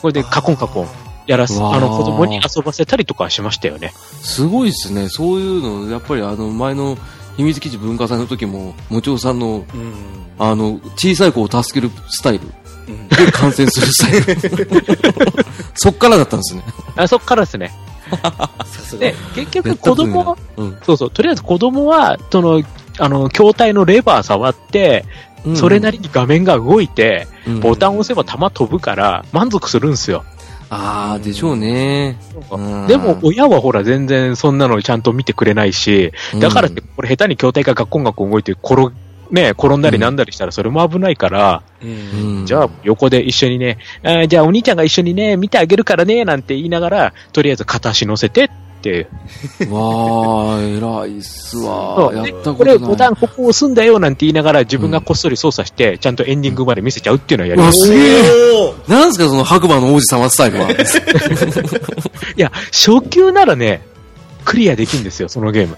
Speaker 4: これでカコンカコンやらす、
Speaker 2: うわー
Speaker 4: あの子供に遊ばせたりとかしましたよね。
Speaker 2: すごいっすね。そういうの、やっぱりあの、前の秘密基地文化祭の時も、もちおさんの、
Speaker 3: うん。
Speaker 2: あの、小さい子を助けるスタイル。
Speaker 3: うん
Speaker 2: で、感染するスタイル。 そっからだったんですね。
Speaker 4: あそこからですね。
Speaker 3: さすが
Speaker 4: で。、結局子供は、
Speaker 2: うん、
Speaker 4: そうそう、とりあえず子供は、その、あの、筐体のレバー触って、それなりに画面が動いて、
Speaker 2: に
Speaker 4: ボタンを押せば弾飛ぶから満足するんですよ。
Speaker 2: ああ、でしょうね。うん
Speaker 4: でも、親はほら全然そんなのちゃんと見てくれないし、だからって
Speaker 2: うん
Speaker 4: これ下手に筐体がガッコンガッコン動いて転、ね、転んだりなんだりしたらそれも危ないから、
Speaker 3: うん
Speaker 2: うん
Speaker 4: じゃあ、横で一緒にね、あーじゃあお兄ちゃんが一緒にね、見てあげるからね、なんて言いながら、とりあえず片足乗せてって、
Speaker 2: わー、偉いっすわ
Speaker 4: そ
Speaker 2: ー。
Speaker 4: う
Speaker 2: やったこ
Speaker 4: こと
Speaker 2: な
Speaker 4: れ
Speaker 2: い。
Speaker 4: ボタンここ押すんだよなんて言いながら自分がこっそり操作して、ちゃんとエンディングまで見せちゃうっていうのはやりま
Speaker 2: うわ
Speaker 4: す。
Speaker 2: すげえ
Speaker 3: おー
Speaker 2: なんすか、その白馬の王子様スタイ ルは。
Speaker 4: いや、初級ならね、クリアできるんですよ、そのゲーム。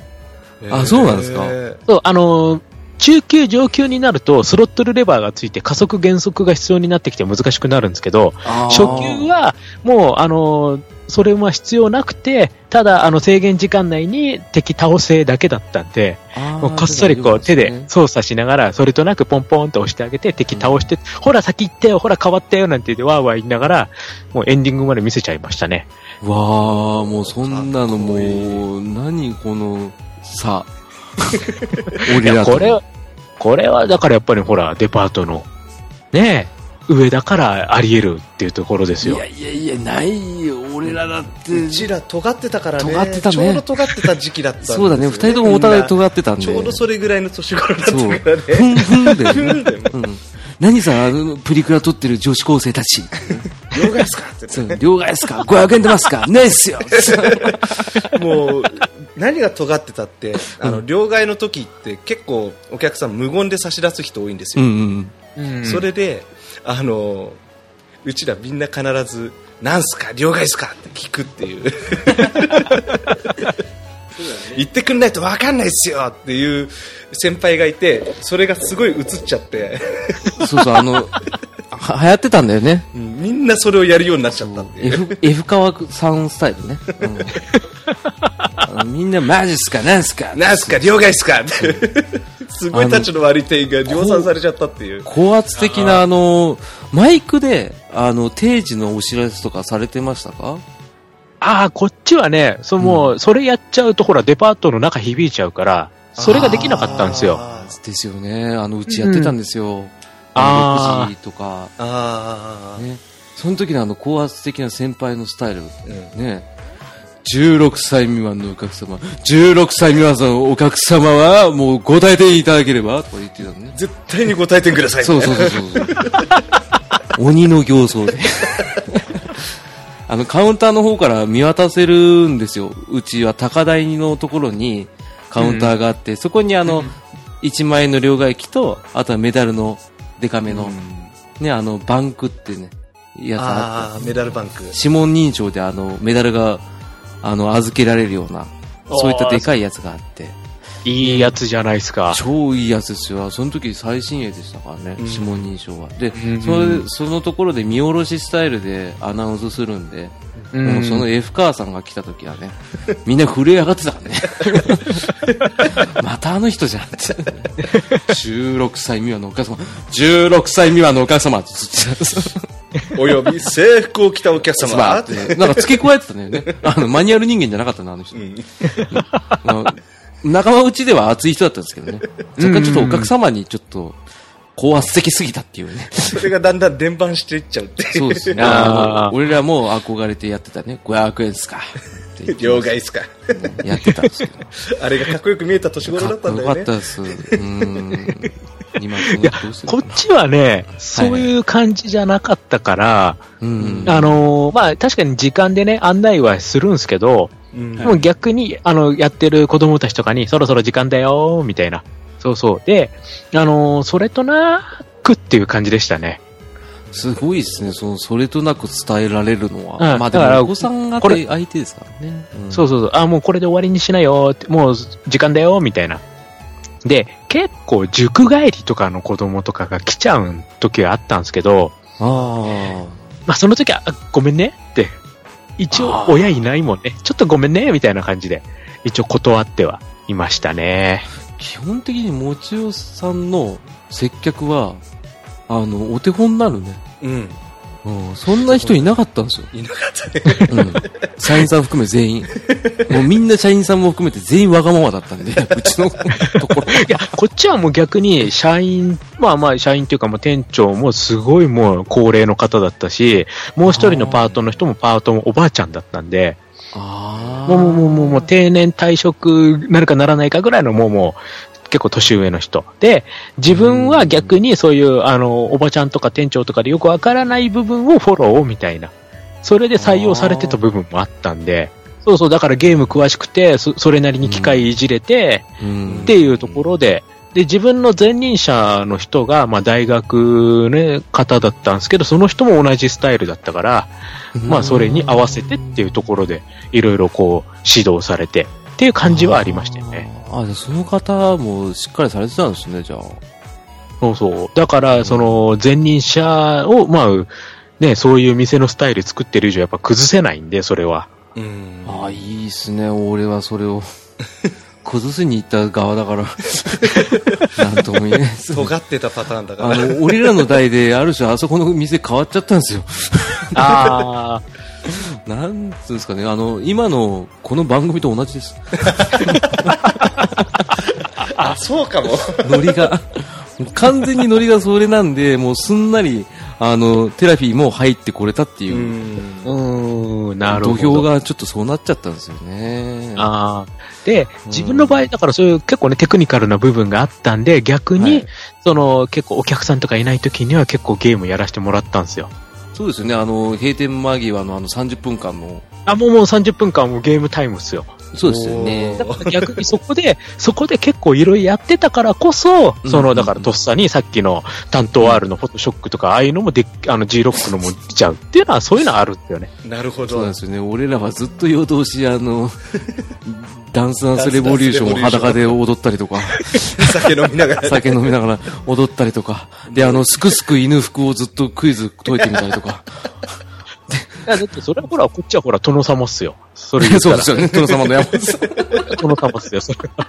Speaker 2: あそうなんですか
Speaker 3: え
Speaker 4: そう、あのー中級、上級になると、スロットルレバーがついて加速減速が必要になってきて難しくなるんですけど、初級
Speaker 2: は、
Speaker 4: は、もう、あのーそれは必要なくて、ただ、あの、制限時間内に敵倒せだけだったんで、もうこっそりこう手で操作しながら、それとなくポンポンと押してあげて、敵倒して、ほら先行ったよ、ほら変わったよ、なんて言ってわーわー言いながら、もうエンディングまで見せちゃいましたね。
Speaker 2: うわー、もうそんなのも
Speaker 3: かっ
Speaker 2: う、何この 差。俺ら
Speaker 4: いや、
Speaker 2: と
Speaker 4: これ、これはだからやっぱりほら、デパートの、ねえ、上だからあり得るっていうところです
Speaker 2: い
Speaker 4: よ。
Speaker 2: やいやいや、ないよ。俺らだっ
Speaker 3: う
Speaker 2: て。
Speaker 3: ちら尖ってたからね。
Speaker 2: 尖ってたね
Speaker 3: ちょうど尖ってた時期だったんですよ。
Speaker 2: そうだね、二人ともお互い
Speaker 3: みん
Speaker 2: 尖ってたんで。
Speaker 3: なちょうどそれぐらいの年頃だった
Speaker 2: そ
Speaker 3: か
Speaker 2: う。
Speaker 3: ら ね。
Speaker 2: ふんふんだよね。
Speaker 3: でも
Speaker 2: うん何さ、あのプリクラ撮ってる女子高生たち。
Speaker 3: 両替っすかって
Speaker 2: そう両替ですか ?500 円出ますかないっすよ。
Speaker 3: もう、何が尖ってたって、あの、両替の時って結構お客さん無言で差し出す人多いんです
Speaker 2: うん
Speaker 3: よ。
Speaker 2: うん。
Speaker 3: それで、あの、うちらみんな必ず、なんすか両替っすかって聞くっていう。言ってくんないと分かんないっすよっていう先輩がいて、それがすごい映っちゃって、
Speaker 2: そうそう、あの、は流行ってたんだよね。
Speaker 3: うんみんなそれをやるようになっちゃったっていう。
Speaker 2: F, F 川さんスタイルね。うんあのみんなマジっすかなんすか
Speaker 3: なんすか両替っすかって。すごい立ちの悪い店員が量産されちゃったっていう。
Speaker 2: 高圧的な、あの、マイクで、あの、定時のお知らせとかされてましたか
Speaker 4: ああ、こっちはね、そもう、それやっちゃうとほら、デパートの中響いちゃうから、それができなかったんですよ。
Speaker 3: あー
Speaker 2: ですよね。あの、うちやってたんですよ。
Speaker 4: あー
Speaker 2: 6時とか、
Speaker 3: あ
Speaker 2: ね。その時のあの、高圧的な先輩のスタイル。
Speaker 3: ー、うん
Speaker 2: ね16歳未満のお客様、16歳未満のお客様は、もうご退店いただければ、とか言ってたのね。
Speaker 3: 絶対にご退店ください
Speaker 2: そうそうそうそう。鬼の形相で。あの、カウンターの方から見渡せるんですよ。うちは高台のところにカウンターがあって、そこにあの、1万円の両替機と、あとはメダルのデカめの、ね、あの、バンクってね、やつあって
Speaker 3: ああ、メダルバンク。
Speaker 2: 指紋認証であのメダルがあの預けられるようなそういったでかいやつがあって
Speaker 4: いいやつじゃないですか。
Speaker 2: 超いいやつですよその時最新鋭でしたからね、
Speaker 3: うん
Speaker 2: 指紋認証はで、
Speaker 4: うん
Speaker 2: それそのところで見下ろしスタイルでアナウンスするんで、
Speaker 4: うん
Speaker 2: もうその F カーさんが来た時はねみんな震え上がってたからねまたあの人じゃんって16歳未満のお母様16歳未満のお母様つって
Speaker 3: および制服を着たお客様
Speaker 2: まあ、なんか付け加えてたんだよね。あの、マニュアル人間じゃなかったな、あの人。
Speaker 3: ん
Speaker 2: まあ仲間内では熱い人だったんですけどね。そっからちょっとお客様にちょっと、高圧的すぎたっていうね。
Speaker 3: それがだんだん伝播していっちゃ うっていう
Speaker 2: そうですね。
Speaker 4: あー
Speaker 2: あの俺らも憧れてやってたね。500円っすか。って言って
Speaker 3: 両替っすか。
Speaker 2: やって たんですけど。
Speaker 3: あれがかっこよく見えた年頃
Speaker 2: か
Speaker 3: だ
Speaker 2: っ
Speaker 3: った
Speaker 2: こ
Speaker 3: んだ
Speaker 2: よか
Speaker 3: よ
Speaker 2: っ
Speaker 3: ね
Speaker 2: た。です。うーん。今、どうする
Speaker 4: こっちはね、そういう感じじゃなかったから、
Speaker 2: うん。
Speaker 4: あのーまあ、確かに時間でね、案内はするんですけど、
Speaker 3: うん
Speaker 4: でも逆に、あの、やってる子供たちとかに、そろそろ時間だよー、みたいな。そうそう。で、あのーそれとなくっていう感じでしたね。
Speaker 2: すごいですね。その、それとなく伝えられるの
Speaker 4: う
Speaker 2: は。
Speaker 4: ん
Speaker 2: まあで
Speaker 4: だか
Speaker 2: も、
Speaker 4: ら
Speaker 2: お子さんが
Speaker 4: これ
Speaker 2: 相手ですからね。うん
Speaker 4: そうそうそう。あ、もうこれで終わりにしなよーって、もう時間だよー、みたいな。で、結構塾帰りとかの子供とかが来ちゃう時があったんですけど、
Speaker 2: ああ。
Speaker 4: まあ、その時は、あごめんねって。一
Speaker 2: あ
Speaker 4: 応、
Speaker 2: ー
Speaker 4: 親いないもんね。ちょっとごめんねみたいな感じで、一応断ってはいましたね。
Speaker 2: 基本的にもちおさんの接客はあのお手本になるね、
Speaker 3: うん。
Speaker 2: うん、そんな人いなかったんですよ、
Speaker 3: いなかったね。
Speaker 2: うん、社員さん含め全員もうみんな社員さんも含めて全員わがままだったんでうちのところ
Speaker 4: いや、こっちはもう逆に、社員、まあまあ、社員というか、もう店長もすごいもう高齢の方だったし、もう一人のパートの人もパートもおばあちゃんだったんで、
Speaker 2: あ
Speaker 4: もうもうもうもうもう定年退職なるかならないかぐらいのもうもう結構年上の人。で、自分は逆にそういうあの、おばちゃんとか店長とかでよくわからない部分をフォローみたいな。それで採用されてた部分もあったんで、そうそう、だからゲーム詳しくて、そそれなりに機械いじれて、
Speaker 2: うん
Speaker 4: っていうところで、で、自分の前任者の人が、まあ、大学の方だったんですけど、その人も同じスタイルだったから、まあ、それに合わせてっていうところで、いろいろこう、指導されてっていう感じはありましたよね。
Speaker 2: あーあじゃあその方もしっかりされてたんですねじゃあ
Speaker 4: そうそう。だから、その、前任者を、まあ、ね、そういう店のスタイル作ってる以上、やっぱ崩せないんで、それは。
Speaker 3: うん
Speaker 2: ああいいっすね俺はそれ を崩しに行った側だからなんとも言えないです
Speaker 3: 尖ってたパターンだか
Speaker 2: あ
Speaker 3: ら。
Speaker 2: の、俺らの代で、ある種、あそこの店変わっちゃったんですよ。
Speaker 4: ああ、
Speaker 2: なんつうんですかね、あの、今の、この番組と同じです。
Speaker 3: あ、そうかも。
Speaker 2: ノリが。 もう完全にノリがそれなんで、もうすんなり、あの、テラフィーも入ってこれたっていうう、
Speaker 3: ん。
Speaker 4: うーん、なるほ
Speaker 2: 土
Speaker 4: ど。
Speaker 2: 俵がちょっとそうなっちゃったんですよね。
Speaker 4: あーで、自分の場合、だからそういう結構ね、テクニカルな部分があったんで、逆に、
Speaker 2: はい
Speaker 4: その、結構お客さんとかいない時には結構ゲームやらせてもらったんですよ。
Speaker 2: そうですよね、あの、閉店間際のあの30分間の、
Speaker 4: あ、もうもう30分間はもうゲームタイムっすよ。
Speaker 2: そうですよね
Speaker 3: お。
Speaker 4: 逆にそこで、そこで結構いろいろやってたからこそ、
Speaker 2: うん
Speaker 4: その、だからとっさにさっきの担当 R のフォトショックとか、ああいうのもで、あの G ロックのも出ちゃうっていうのは、そういうのはあるんだよね。
Speaker 3: なるほ
Speaker 2: そうなん
Speaker 3: ど
Speaker 2: で。すよね、俺らはずっと夜通し、あの、 ダンスダンスレボリューションを裸で踊ったりとか。
Speaker 3: 酒飲みながら。
Speaker 2: 酒飲みながら踊ったりとか、で、あの、すくすく犬服をずっとクイズ解いてみたりとか。
Speaker 4: いやだってそれはほら、こっちはほら、殿様っすよ。 それ言った
Speaker 2: そうで。
Speaker 4: ら
Speaker 2: すよ ね、殿様の山本さん。
Speaker 4: 殿様っすよ、それは。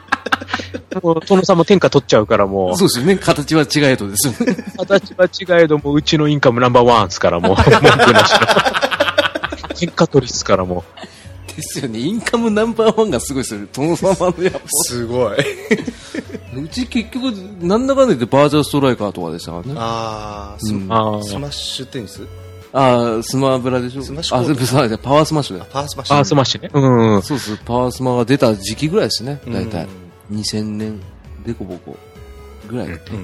Speaker 4: もう殿様天下取っちゃうからも
Speaker 2: そうですよね、形は違えとですよね。
Speaker 4: う、形は違えども、うちのインカムナンバーワンっすから もう、文句なしの。天下取りっすからも
Speaker 2: ですよね、インカムナンバーワンがすごいですよね、殿様の山
Speaker 3: すごい。
Speaker 2: 本。うち結局、なんだかんだ言ってバーチャルストライカーとかでしたからね。
Speaker 3: あ
Speaker 2: う
Speaker 3: ー、
Speaker 2: ん
Speaker 4: う。
Speaker 3: ス
Speaker 4: あ
Speaker 3: ス
Speaker 4: ー
Speaker 3: マッシュテニス
Speaker 2: ああ、スマブラでしょ
Speaker 3: スマッシュ
Speaker 2: あ、
Speaker 3: コート
Speaker 2: スマブラパワースマッシュだよ。
Speaker 3: パースマッシュ。
Speaker 4: あー、スマッシュね。うんうん。
Speaker 2: そうです、パワースマが出た時期ぐらいですね、
Speaker 3: うん
Speaker 2: 大体。2000年、でこぼこぐらいだった
Speaker 3: うん。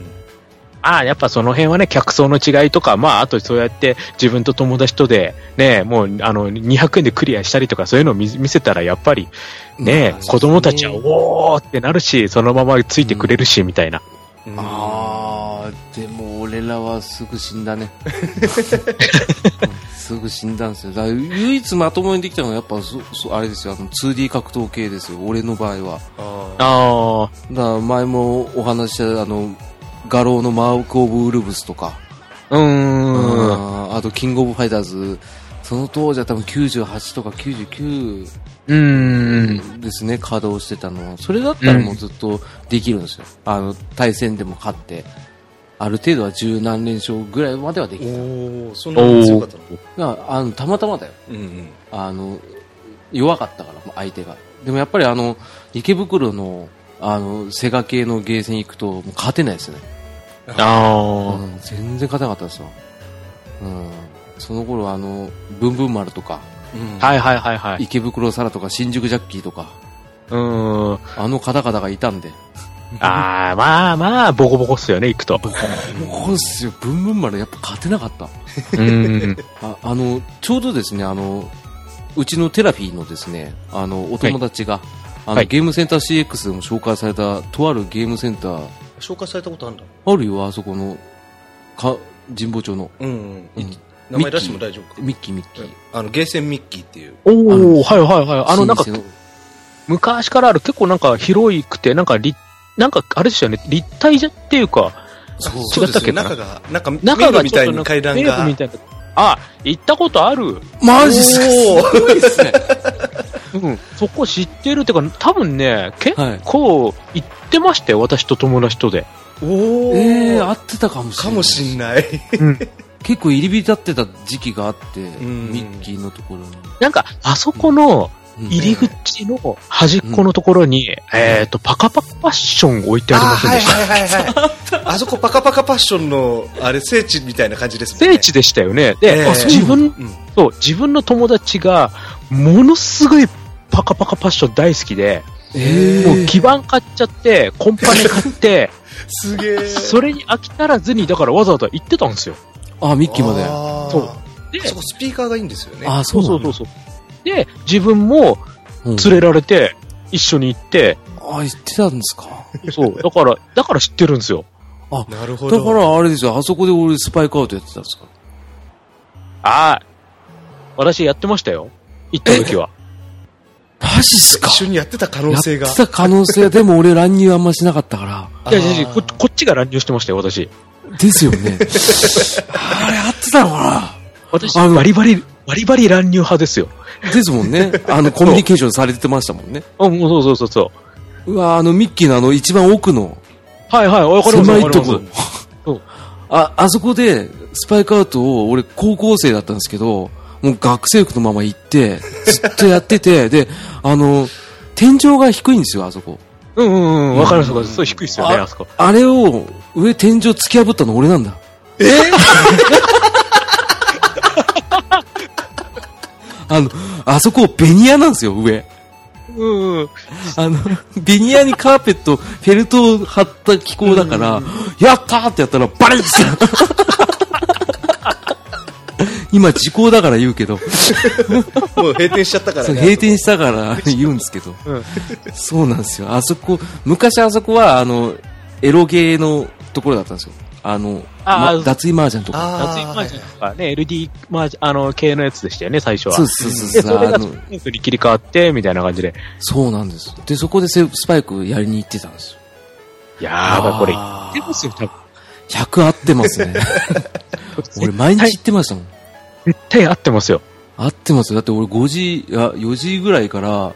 Speaker 4: まあ、やっぱその辺はね、客層の違いとか、まあ、あとそうやって自分と友達とで、ね、もう、あの、200円でクリアしたりとか、そういうのを見見せたら、やっぱり、ね、
Speaker 3: まあ
Speaker 4: 子供たちは、
Speaker 3: そう
Speaker 4: おーってなるし、そのままついてくれるし、みたいな。
Speaker 3: うん
Speaker 2: ああでも俺らはすぐ死んだ ねすぐ死んだんですよだから唯一まともにできたのはやっぱそそあれですよあの 2D 格闘系ですよ俺の場合は
Speaker 3: あー
Speaker 4: あ
Speaker 2: だから前もお話ししたあの画廊のマーク・オブ・ウルブスとか
Speaker 4: あ、うーん。
Speaker 2: あーあとキング・オブ・ファイターズその当時は多分98とか99
Speaker 4: うん。
Speaker 2: ですね、稼働してたのは、それだったらもうずっとできるんですよ、あの対戦でも勝って、ある程度は十何連勝ぐらいまではでき
Speaker 3: おおそんなに強かったの
Speaker 2: た、だからあのたまたまだよ
Speaker 3: うんうん
Speaker 2: あの、弱かったから、相手が、でもやっぱりあの池袋のあのセガ系のゲーセン行くと、もう勝てないですね、
Speaker 4: あ
Speaker 2: うん全然勝てなかったですよ、うん、その頃あのブンブン丸とか、
Speaker 3: うん
Speaker 4: あ。はいはいはいはい。
Speaker 2: 池袋サラとか、新宿ジャッキーとか、
Speaker 4: うーん。
Speaker 2: あの方々がいたんで。
Speaker 4: ああ、まあまあ、ボコボコっすよね、行くと。
Speaker 2: もうっすよ、ブンブン丸やっぱ勝てなかった。
Speaker 4: うん。
Speaker 2: ああの、ちょうどですね、あの、うちのテラフィーのですね、あの、お友達が、あの、
Speaker 4: はい
Speaker 2: ゲームセンター CX でも紹介された、とあるゲームセンター、
Speaker 3: 紹介されたことあるんだ
Speaker 2: あるよ、あそこの、か、神保町の、
Speaker 3: うん
Speaker 2: うん
Speaker 3: 名前出しても大丈夫か
Speaker 2: ミッキーミッキー。
Speaker 3: あのゲーセンミッキーっていう
Speaker 4: お
Speaker 2: あ
Speaker 4: お
Speaker 2: の
Speaker 4: はいはいはい。 あの、なんか
Speaker 2: 老、舗
Speaker 4: 昔からある結構なんか広いくて、なんか立、なんかあれですよね、立体じゃっていうか、
Speaker 2: そう
Speaker 4: 違ったっけ
Speaker 3: そうですね中がなんか
Speaker 4: 中
Speaker 3: 中が
Speaker 4: が
Speaker 3: み
Speaker 4: ちょ
Speaker 3: た
Speaker 4: っ
Speaker 3: い
Speaker 4: と
Speaker 3: に
Speaker 4: なんか
Speaker 3: 階段
Speaker 4: 迷路
Speaker 3: が
Speaker 4: みたいな。あ、行ったことある。
Speaker 2: マジっすか
Speaker 3: お
Speaker 2: すごいっす ね。
Speaker 4: うん。そこ知ってるってか、多分ね、結
Speaker 2: はい。
Speaker 4: 構行ってましたよ、私と友達とで。
Speaker 3: おお
Speaker 2: えー、合ってたかもしれな
Speaker 3: か
Speaker 2: い。
Speaker 3: もしんない
Speaker 2: 結構入り浸ってた時期があって、
Speaker 3: ん
Speaker 2: ミッキーのところに。
Speaker 4: なんか、あそこの
Speaker 2: うん
Speaker 4: 入り口の端っこのところに、えっと、パカパカパッション置いてありませんでし
Speaker 3: あ
Speaker 4: た。
Speaker 3: ーはいはいはいはい。あそこパカパカパッションの、あれ、聖地みたいな感じですもんね。
Speaker 4: 聖地でしたよね。で、
Speaker 3: ええ
Speaker 4: 自
Speaker 3: う
Speaker 4: 分
Speaker 3: ん
Speaker 4: そう、自分の友達が、ものすごいパカパカパッション大好きで、
Speaker 2: えー
Speaker 4: もう基板買っちゃって、コンパネ買って、
Speaker 3: すげえ。
Speaker 4: それに飽き足らずに、だからわざわざ行ってたんですよ。
Speaker 2: あ、ミッキーまで。あ
Speaker 3: あー
Speaker 4: そうで、
Speaker 3: そこスピーカーがいいんですよね。
Speaker 2: ー、
Speaker 4: そ
Speaker 2: そうなん
Speaker 4: うそう
Speaker 2: だ
Speaker 4: そうそう。で、自分も
Speaker 2: うん
Speaker 4: 連れられて、一緒に行って、
Speaker 2: あ、言ってたんですか。
Speaker 4: そう、だから、だから知ってるんですよ。
Speaker 3: なるほど。
Speaker 2: だからあれですよ、あそこで俺スパイクアウトやってたんですか。
Speaker 4: ああ、私やってましたよ。行った時は。
Speaker 2: マジっす
Speaker 3: 一緒にやってた可能性が
Speaker 2: やっ。てた可能性、でも俺乱入あんましなかったか
Speaker 4: いやいやいやここっちが乱入してましたよ、私。
Speaker 2: ら。ですよね。あれ、合ってたのか
Speaker 4: 私、
Speaker 2: あの
Speaker 4: バリバリ、バリバリ乱入派ですよ。
Speaker 2: なですもんね。あの、コミュニケーションされてましたもんね。
Speaker 4: うん、そうそうそうそう。
Speaker 2: うわ、あの、ミッキーのあの、一番奥の、
Speaker 4: はいはい、わかります
Speaker 2: 狭
Speaker 4: わ
Speaker 2: い
Speaker 4: か
Speaker 2: と
Speaker 4: ります
Speaker 2: こ。
Speaker 4: そう。
Speaker 2: あ、あそこで、スパイクアウトを、俺、高校生だったんですけど、もう学生服のまま行って、ずっとやってて、 で、あの、天井が低いんですよ、あそこ。
Speaker 4: うんうんうん、わかりますわかります。そう低いっすよね、あそこ。
Speaker 2: あれを、上天井突き破ったの俺なんだ。
Speaker 3: え
Speaker 2: あの、あそこベニヤなんですよ、上。
Speaker 4: うんうん。
Speaker 2: あの、ベニヤにカーペット、フェルトを貼った気候だから、やったーってやったらバリッ て今時効だから言うけど、
Speaker 3: もう閉店しちゃったから
Speaker 2: そ
Speaker 3: ね。
Speaker 2: う閉店したから言うんですけど、
Speaker 4: うん
Speaker 2: そうなんですよ。あそこ、昔あそこは、あの、エロゲーのところだったんですよ。あの、
Speaker 4: あー
Speaker 2: ま脱衣麻雀とか。
Speaker 4: 夏井
Speaker 3: あ
Speaker 4: マージャンとかね、LD マージャン、あの、系のやつでしたよね、最初は。
Speaker 2: そうそうそう
Speaker 4: で、
Speaker 2: そう
Speaker 4: それ
Speaker 2: あ
Speaker 4: が
Speaker 2: の
Speaker 4: スポーツに切り替わって、みたいな感じで。
Speaker 2: そうなんです。で、そこでセスパイクやりに行ってたんですよ。
Speaker 4: やーばい、これ、行
Speaker 3: あ
Speaker 4: ってますよ、多分。
Speaker 2: 100合ってます ね。俺、毎日行ってましたもん。
Speaker 4: 絶対合ってますよ。
Speaker 2: 合ってますよ。だって俺5時、あ、4時ぐらいから、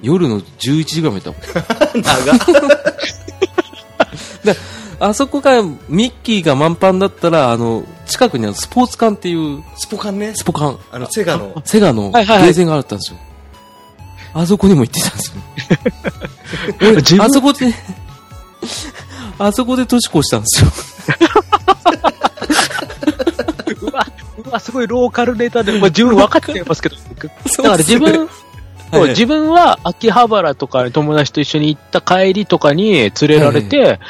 Speaker 2: 夜の11時ぐらいまで行ったもん。 あそこが、ミッキーが満帆だったら、あの、近くにあのスポーツ館っていう、
Speaker 3: スポカンね
Speaker 2: ス。ポ館、
Speaker 3: あの、セガの。
Speaker 2: セガのゲ
Speaker 4: はいはいはい
Speaker 2: ーセンがあったんですよ。あそこにも行ってたんですよ。
Speaker 4: 自
Speaker 2: あ
Speaker 4: 分
Speaker 2: そこで、 あそこで年越したん ですよ。
Speaker 4: うわ、うわ、すごいローカルネタで、まあ、自分分かっちゃい ますけど。だから自分、そう自分は秋葉原とかに友達と一緒に行った帰りとかに連れられて、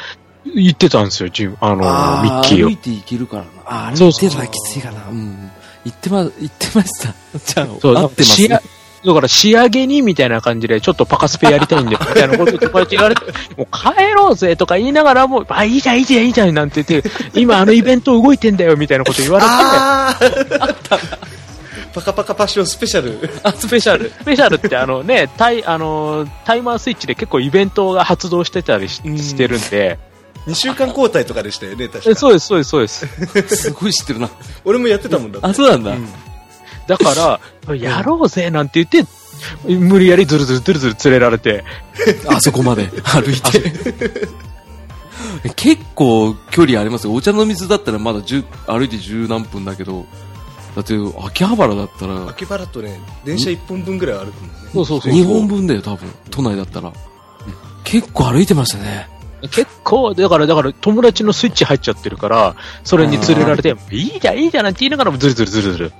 Speaker 4: 言ってたんですよ、ジム、あの、ミッ
Speaker 2: あ
Speaker 4: キ
Speaker 2: ー
Speaker 4: ー
Speaker 2: 歩
Speaker 4: を
Speaker 2: い。ていけるからな。あー
Speaker 4: そ
Speaker 2: 歩
Speaker 4: う
Speaker 2: い
Speaker 4: そ
Speaker 2: て
Speaker 4: う
Speaker 2: るのはきついかな。うん。行ってま、行ってました。じゃあ、
Speaker 4: そう、
Speaker 2: 合ってます
Speaker 4: 仕上
Speaker 2: ね。
Speaker 4: だから仕上げにみたいな感じで、ちょっとパカスペやりた いんで、みたいなことを友達に言われて、もう帰ろうぜとか言いながらも、あ、いいじゃん、いいじゃん、いいじゃん、なんて言って、今あのイベント動いてんだよ、みたいなこと言われて、
Speaker 3: あーあったパカパカパッションスペシャル。
Speaker 4: スペシャル。スペシャルってあのね、タイ、あの、タイマースイッチで結構イベントが発動してたりし
Speaker 2: うん
Speaker 4: してるん で、
Speaker 3: 2週間交代とかでしたよね、確
Speaker 4: え
Speaker 3: か。
Speaker 4: そうです、そうです、そうです。
Speaker 2: すごい知ってるな。
Speaker 3: 俺もやってたもんだって
Speaker 2: あ、そうなんだ。
Speaker 4: だから、やろうぜ、なんて言って、無理やりズルズルズルズル連れられて、
Speaker 2: あそこまで歩いて。結構距離ありますよ。お茶の水だったらまだ10歩いて十何分だけど、だって秋葉原だったら、
Speaker 3: 秋葉原とね、電車1本分ぐらい歩くもんね。
Speaker 4: そうそうそう
Speaker 2: 日本分だよ多分、都内だったら。結構歩いてましたね。
Speaker 4: 結構、だから、だから、友達のスイッチ入っちゃってるから、それに連れられて、いいじゃん、いいじゃんなんて言いながらも、ずるずるずるずる。
Speaker 2: で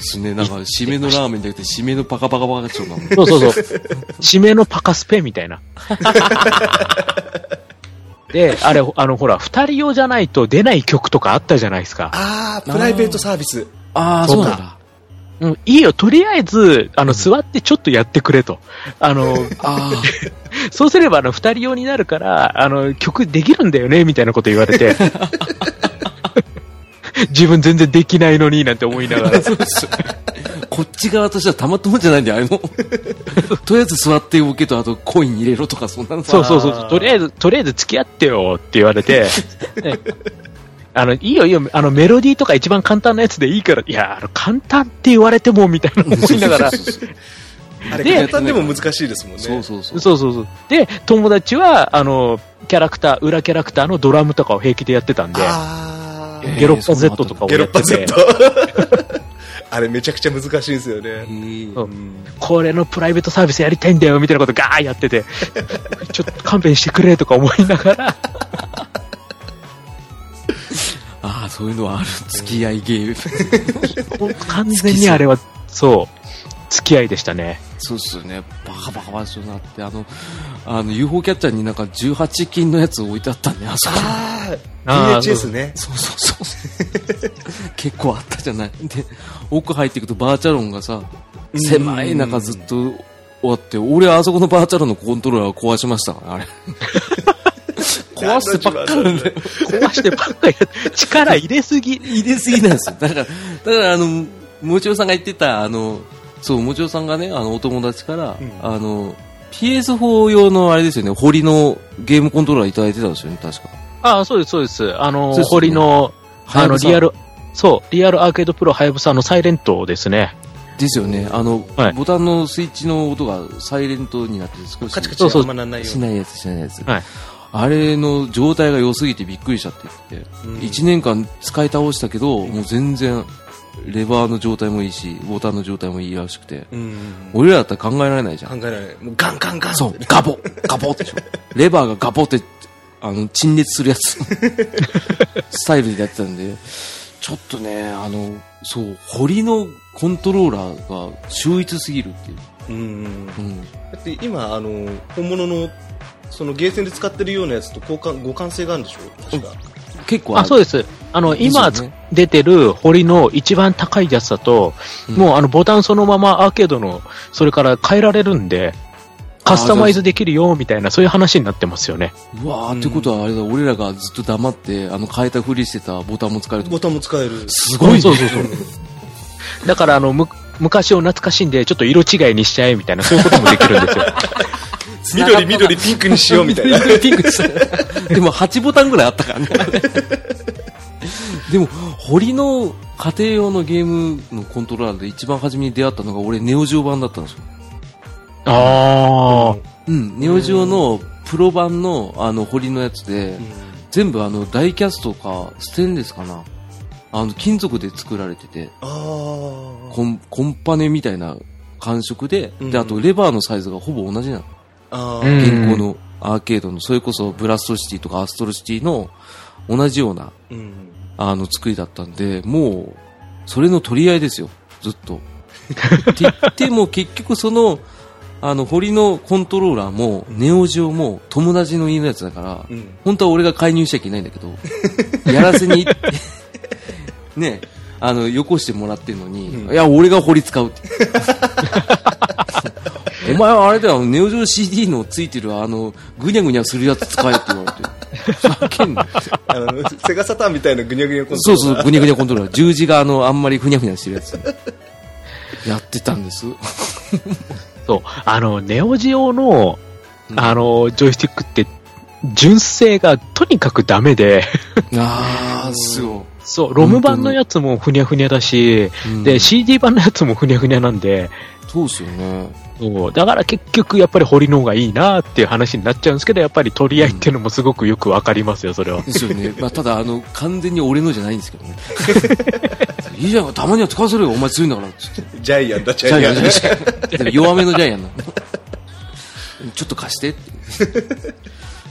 Speaker 2: すね、なんか締めのラーメンじゃなくて締めのパカパカパカチョなもん。
Speaker 4: そうそうそう。締めのパカスペみ たいな。で、あれ、あの、ほら、二人用じゃないと出ない曲とかあったじゃないですか。
Speaker 3: あー、プライベートサービス。
Speaker 2: ああ、
Speaker 4: そ
Speaker 2: そうう
Speaker 4: だ
Speaker 2: なんだ。
Speaker 4: うん、いいよ、とりあえず、あの、座ってちょっとやってくれと。あの、
Speaker 2: あ
Speaker 4: そうすれば、あの、二人用になるから、あの、曲できるんだよね、みたいなこと言われ て。自分全然できないのになんて思いながら
Speaker 2: あ、。そうですこっち側としてはたまったもんじゃないんだよ、あれの。とりあえず座っておけと、あとコイン入れろとか、そんなの
Speaker 4: そう
Speaker 2: さ。
Speaker 4: そうそうそう、とりあえず、とりあえず付き合ってよって言われて、ねあの、いいよいいよ、あの、メロディーとか一番簡単なやつでいいから、いや、あの、簡単って言われても、みたいな思いながら、
Speaker 2: そ
Speaker 4: そう
Speaker 2: そうそうそう
Speaker 3: あれ、
Speaker 4: で
Speaker 3: 簡単でも難しいですもんね。
Speaker 2: そうそうそう
Speaker 4: う。そうそう。で、友達は、あの、キャラクター、裏キャラクターのドラムとかを平気でやってたんで、
Speaker 3: あ
Speaker 2: え
Speaker 3: ー、
Speaker 2: ー
Speaker 4: ゲロッパ Z とかを
Speaker 3: ゲロ
Speaker 4: や
Speaker 3: ッ
Speaker 4: っ
Speaker 3: パ Z
Speaker 4: てて、。
Speaker 3: あれめちゃくちゃ難しいんですよ
Speaker 2: へ
Speaker 3: ね。
Speaker 2: ー
Speaker 4: そう
Speaker 3: うん
Speaker 4: これのプライベートサービスやりたいんだよ、みたいなことガーやってて、ちょっと勘弁してくれとか思いながら、
Speaker 2: ああ、そういうのはある。付き合いゲーム。
Speaker 4: 完全にあれは、そう、付き合いでしたね。
Speaker 2: そうっすよね。バカバカバカになって、あの、あの、UFO キャッチャーになんか18金のやつ置いてあったんで、あそこ。
Speaker 3: あ
Speaker 4: あ
Speaker 3: ー、
Speaker 4: ー
Speaker 3: VHS ね。
Speaker 2: そうそうそう。 結構あったじゃない。で、奥入っていくとバーチャロンがさ、狭い中ずっと終わって、俺はあそこのバーチャロンのコントローラーを壊しました から、あれ。壊してばっかりなんだよ。
Speaker 4: 壊してばっかりやって力入れすぎ。
Speaker 2: 入れすぎなんです よ。だから、だからあの、もちおさんが言ってた、あの、そう、もちおさんがね、あの、お友達から、あの、PS4 用のあれですよね、堀のゲームコントローラーいただいてたんですよね、確か。
Speaker 4: ああ、そうです、そうです。あ
Speaker 2: そ
Speaker 4: の、
Speaker 2: うですね
Speaker 4: 堀の、あの、
Speaker 2: 隼さん
Speaker 4: リアル、そう、リアルアーケードプロはやぶさのサイレントですね。
Speaker 2: ですよね、あの、
Speaker 4: はい
Speaker 2: ボタンのスイッチの音がサイレントになってて少し
Speaker 3: カチカ
Speaker 4: そう
Speaker 3: チ
Speaker 4: そう
Speaker 3: あんまなんないよ
Speaker 2: しないやつ、しないやつ。
Speaker 4: はい
Speaker 2: あれの状態が良すぎてびっくりしたって言って、
Speaker 3: うに。
Speaker 2: 1年間使い倒したけど、もう全然、レバーの状態もいいし、ボタンの状態もいいらしくて、
Speaker 3: うん
Speaker 2: 俺らだったら考えられないじゃん
Speaker 3: 考。えられない。もうガンガンガン。
Speaker 2: そう、ガボガボってでしょ。レバーがガボって、あの、陳列するやつ。スタイルでやってたんで、ちょっとね、あの、そう、堀のコントローラーが秀逸すぎるっていう。
Speaker 3: うん。だ
Speaker 2: うん。
Speaker 3: って今、あの、本物の、そのゲーセンで使ってるようなやつと交換、互換性があるんでしょ確か。
Speaker 2: 結構
Speaker 4: あ、そう
Speaker 2: う
Speaker 4: です。あの、今
Speaker 2: ですよね
Speaker 4: 出てる堀の一番高いやつだと、
Speaker 2: うん
Speaker 4: もうあの、ボタンそのままアーケードの、それから変えられるんで、カスタマイズできるよ、みたいな、そういう話になってますよね。
Speaker 2: うわー、ってことはあれだ、俺らがずっと黙って、あの、変えたふりしてたボタンも使えると
Speaker 3: ボタンも使える。
Speaker 2: すごいね。
Speaker 4: そうそうそう。だから、あの、む、昔を懐かしんで、ちょっと色違いにしちゃえ、みたいな、そういうこともできるん ですよ。
Speaker 3: 緑、緑、ピンクにしようみたいな。
Speaker 2: ピンクした。 でも8ボタンぐらいあったからね。でも、堀の家庭用のゲームのコントローラーで一番初めに出会ったのが俺、ネオジオ版だったんですよ。
Speaker 4: ああ、
Speaker 2: うん、ネオジオのプロ版のあの堀のやつで、全部あのダイキャストかステンレスかな。あの、金属で作られてて、
Speaker 3: あー
Speaker 2: コンコンパネみたいな感触で、
Speaker 3: うん
Speaker 2: で、あとレバーのサイズがほぼ同じなの。
Speaker 3: あ
Speaker 4: う
Speaker 3: ー。
Speaker 4: ん
Speaker 2: 現行のアーケードの、それこそブラストシティとかアストロシティの同じような
Speaker 3: うん。
Speaker 2: あの作りだったんで、もう、それの取り合いですよ、ずっと。って言っても結局その、あの堀のコントローラーもネオジオも友達の家のやつだから、
Speaker 3: うん
Speaker 2: 本当は俺が介入しちゃいけないんだけど やらせに ねあのよこしてもらってるのに、いや俺が堀使うって お前はあれだよネオジオ CD のついてるあのぐにゃぐにゃするやつ使えって言われてふざけんな
Speaker 3: あのセガサターンみたいなぐにゃぐにゃコント
Speaker 2: そう
Speaker 3: ローラー
Speaker 2: そう、ぐにゃぐにゃコントローラー。十字があの、あんまりふにゃふにゃしてるやつ。やってたんです。
Speaker 4: そう、あの、ネオジオの、あの、ジョイスティックって、純正がとにかくダメで、
Speaker 2: ああ、すごい。
Speaker 4: そう、ロム版のやつもふにゃふにゃだし、
Speaker 2: うん
Speaker 4: で、CD 版のやつもふにゃふにゃなんで、
Speaker 2: そうですよね。
Speaker 4: そう、だから結局やっぱり堀の方がいいなっていう話になっちゃうんですけど、やっぱり取り合いっていうのもすごくよくわかりますよ、それは。
Speaker 2: ですよね。まあ、ただ、あの、完全に俺のじゃないんですけどね。いいじゃん、たまには使わせるよ、お前強いんだから。つって
Speaker 3: ジャイアンだジ
Speaker 2: ジャ
Speaker 3: ャイ
Speaker 2: イ
Speaker 3: ア
Speaker 2: アン
Speaker 3: ン
Speaker 2: じ
Speaker 3: だ
Speaker 2: ゃないしでも弱めのジャイアンなの。ちょっと貸してって。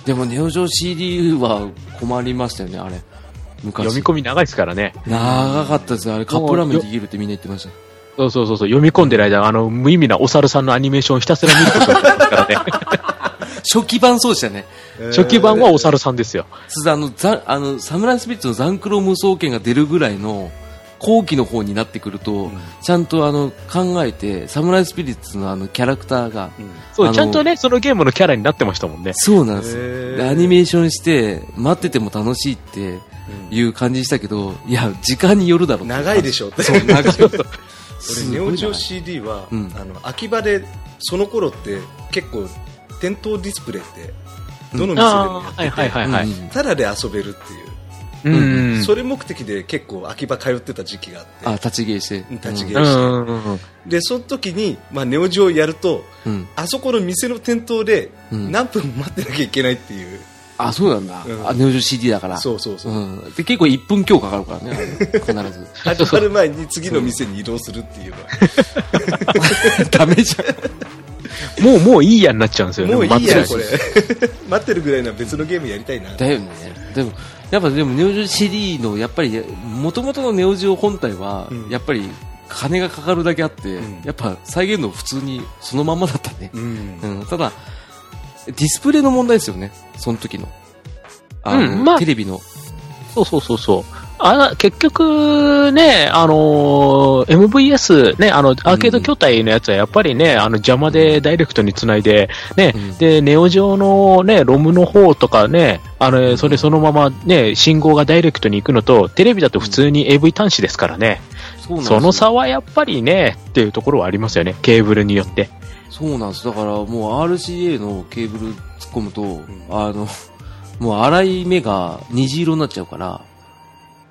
Speaker 2: でも、ネオジョ CD は困りましたよね、あれ。昔。
Speaker 4: 読み込み長いですからね。
Speaker 2: 長かったですよあれ、カップラーメンできるってみんな言ってました。
Speaker 4: そうそうそうそう、読み込んでる間、あの、無意味なお猿さんのアニメーションをひたすら見ること があったからね。
Speaker 2: 初期版そうでしたね。
Speaker 4: 初期版はお猿さんですよ。
Speaker 2: つあのザあのサムライスピッツの残黒無双剣が出るぐらいの後期の方になってくると、ちゃんとあの考えてサムライスピリッツのあのキャラクターが、
Speaker 4: そ
Speaker 2: あ
Speaker 4: う、
Speaker 2: の
Speaker 4: ちゃんとね、そのゲームのキャラになってましたもんね。
Speaker 2: そうなんですよ
Speaker 3: へー
Speaker 2: でアニメーションして待ってても楽しいっていう感じしたけど、いや時間によるだろう
Speaker 3: 長いでし
Speaker 2: ょ
Speaker 3: ょって
Speaker 2: そう長い
Speaker 3: 俺
Speaker 2: す
Speaker 3: ネ
Speaker 2: ご
Speaker 3: オ
Speaker 2: い
Speaker 3: ジオ
Speaker 2: 長い
Speaker 3: CD は、
Speaker 2: うん
Speaker 3: あの秋葉でその頃って結構店頭ディスプレイってどの店でもや
Speaker 4: あ
Speaker 3: っ
Speaker 4: あー、はいはいはいはい。
Speaker 2: うん
Speaker 3: ただで遊べるっていう、
Speaker 4: うんん。
Speaker 3: それ目的で結構秋葉通ってた時期があ
Speaker 2: あ
Speaker 3: って
Speaker 2: 立ち芸して
Speaker 3: 立ち芸
Speaker 4: うんうんうんうん。
Speaker 3: でその時に、まあ、ネオジオやると
Speaker 2: うんうん
Speaker 3: あそこの店の店頭で
Speaker 2: うん
Speaker 3: 何分待ってなきゃいけないっていう、
Speaker 2: あそうなんだ、
Speaker 3: うん
Speaker 2: あネオジオ CD だから
Speaker 3: そうそうそう、
Speaker 2: うん、で結構1分強かかるからねあ れ必ず
Speaker 3: 始まる前に次の店に移動するっていうのは
Speaker 2: ダメじゃん。
Speaker 4: もう、もういいやになっちゃうんですよね。
Speaker 3: もういいや
Speaker 4: 待
Speaker 3: こ
Speaker 4: って
Speaker 3: れ 待ってるぐらいなら別のゲームやりたいな
Speaker 2: だよね。でも、やっぱでもネオジオ CD の、やっぱり、もともとのネオジオ本体は、
Speaker 3: うん
Speaker 2: やっぱり、金がかかるだけあって、
Speaker 3: うん
Speaker 2: やっぱ再現度普通にそのまんまだったね
Speaker 3: う。ん
Speaker 2: うん、ただ、ディスプレイの問題ですよね。その時の。あの、
Speaker 4: うんまあ
Speaker 2: テレビの。
Speaker 4: そうそうそうそう。あら結局ね、あのー MVS、ね、あの、アーケード筐体のやつはやっぱりね、あの、邪魔でダイレクトにつないで、ね、
Speaker 2: うん
Speaker 4: で、ネオ上のね、ロムの方とかね、あの、それそのままね、信号がダイレクトに行くのと、テレビだと普通に AV 端子ですからね、
Speaker 2: そうなんですよ
Speaker 4: その差はやっぱりね、っていうところはありますよね、ケーブルによって。
Speaker 2: そうなんです。だからもう RCA のケーブル突っ込むと、
Speaker 3: ん
Speaker 2: あの、 もう粗い目が虹色になっちゃうから、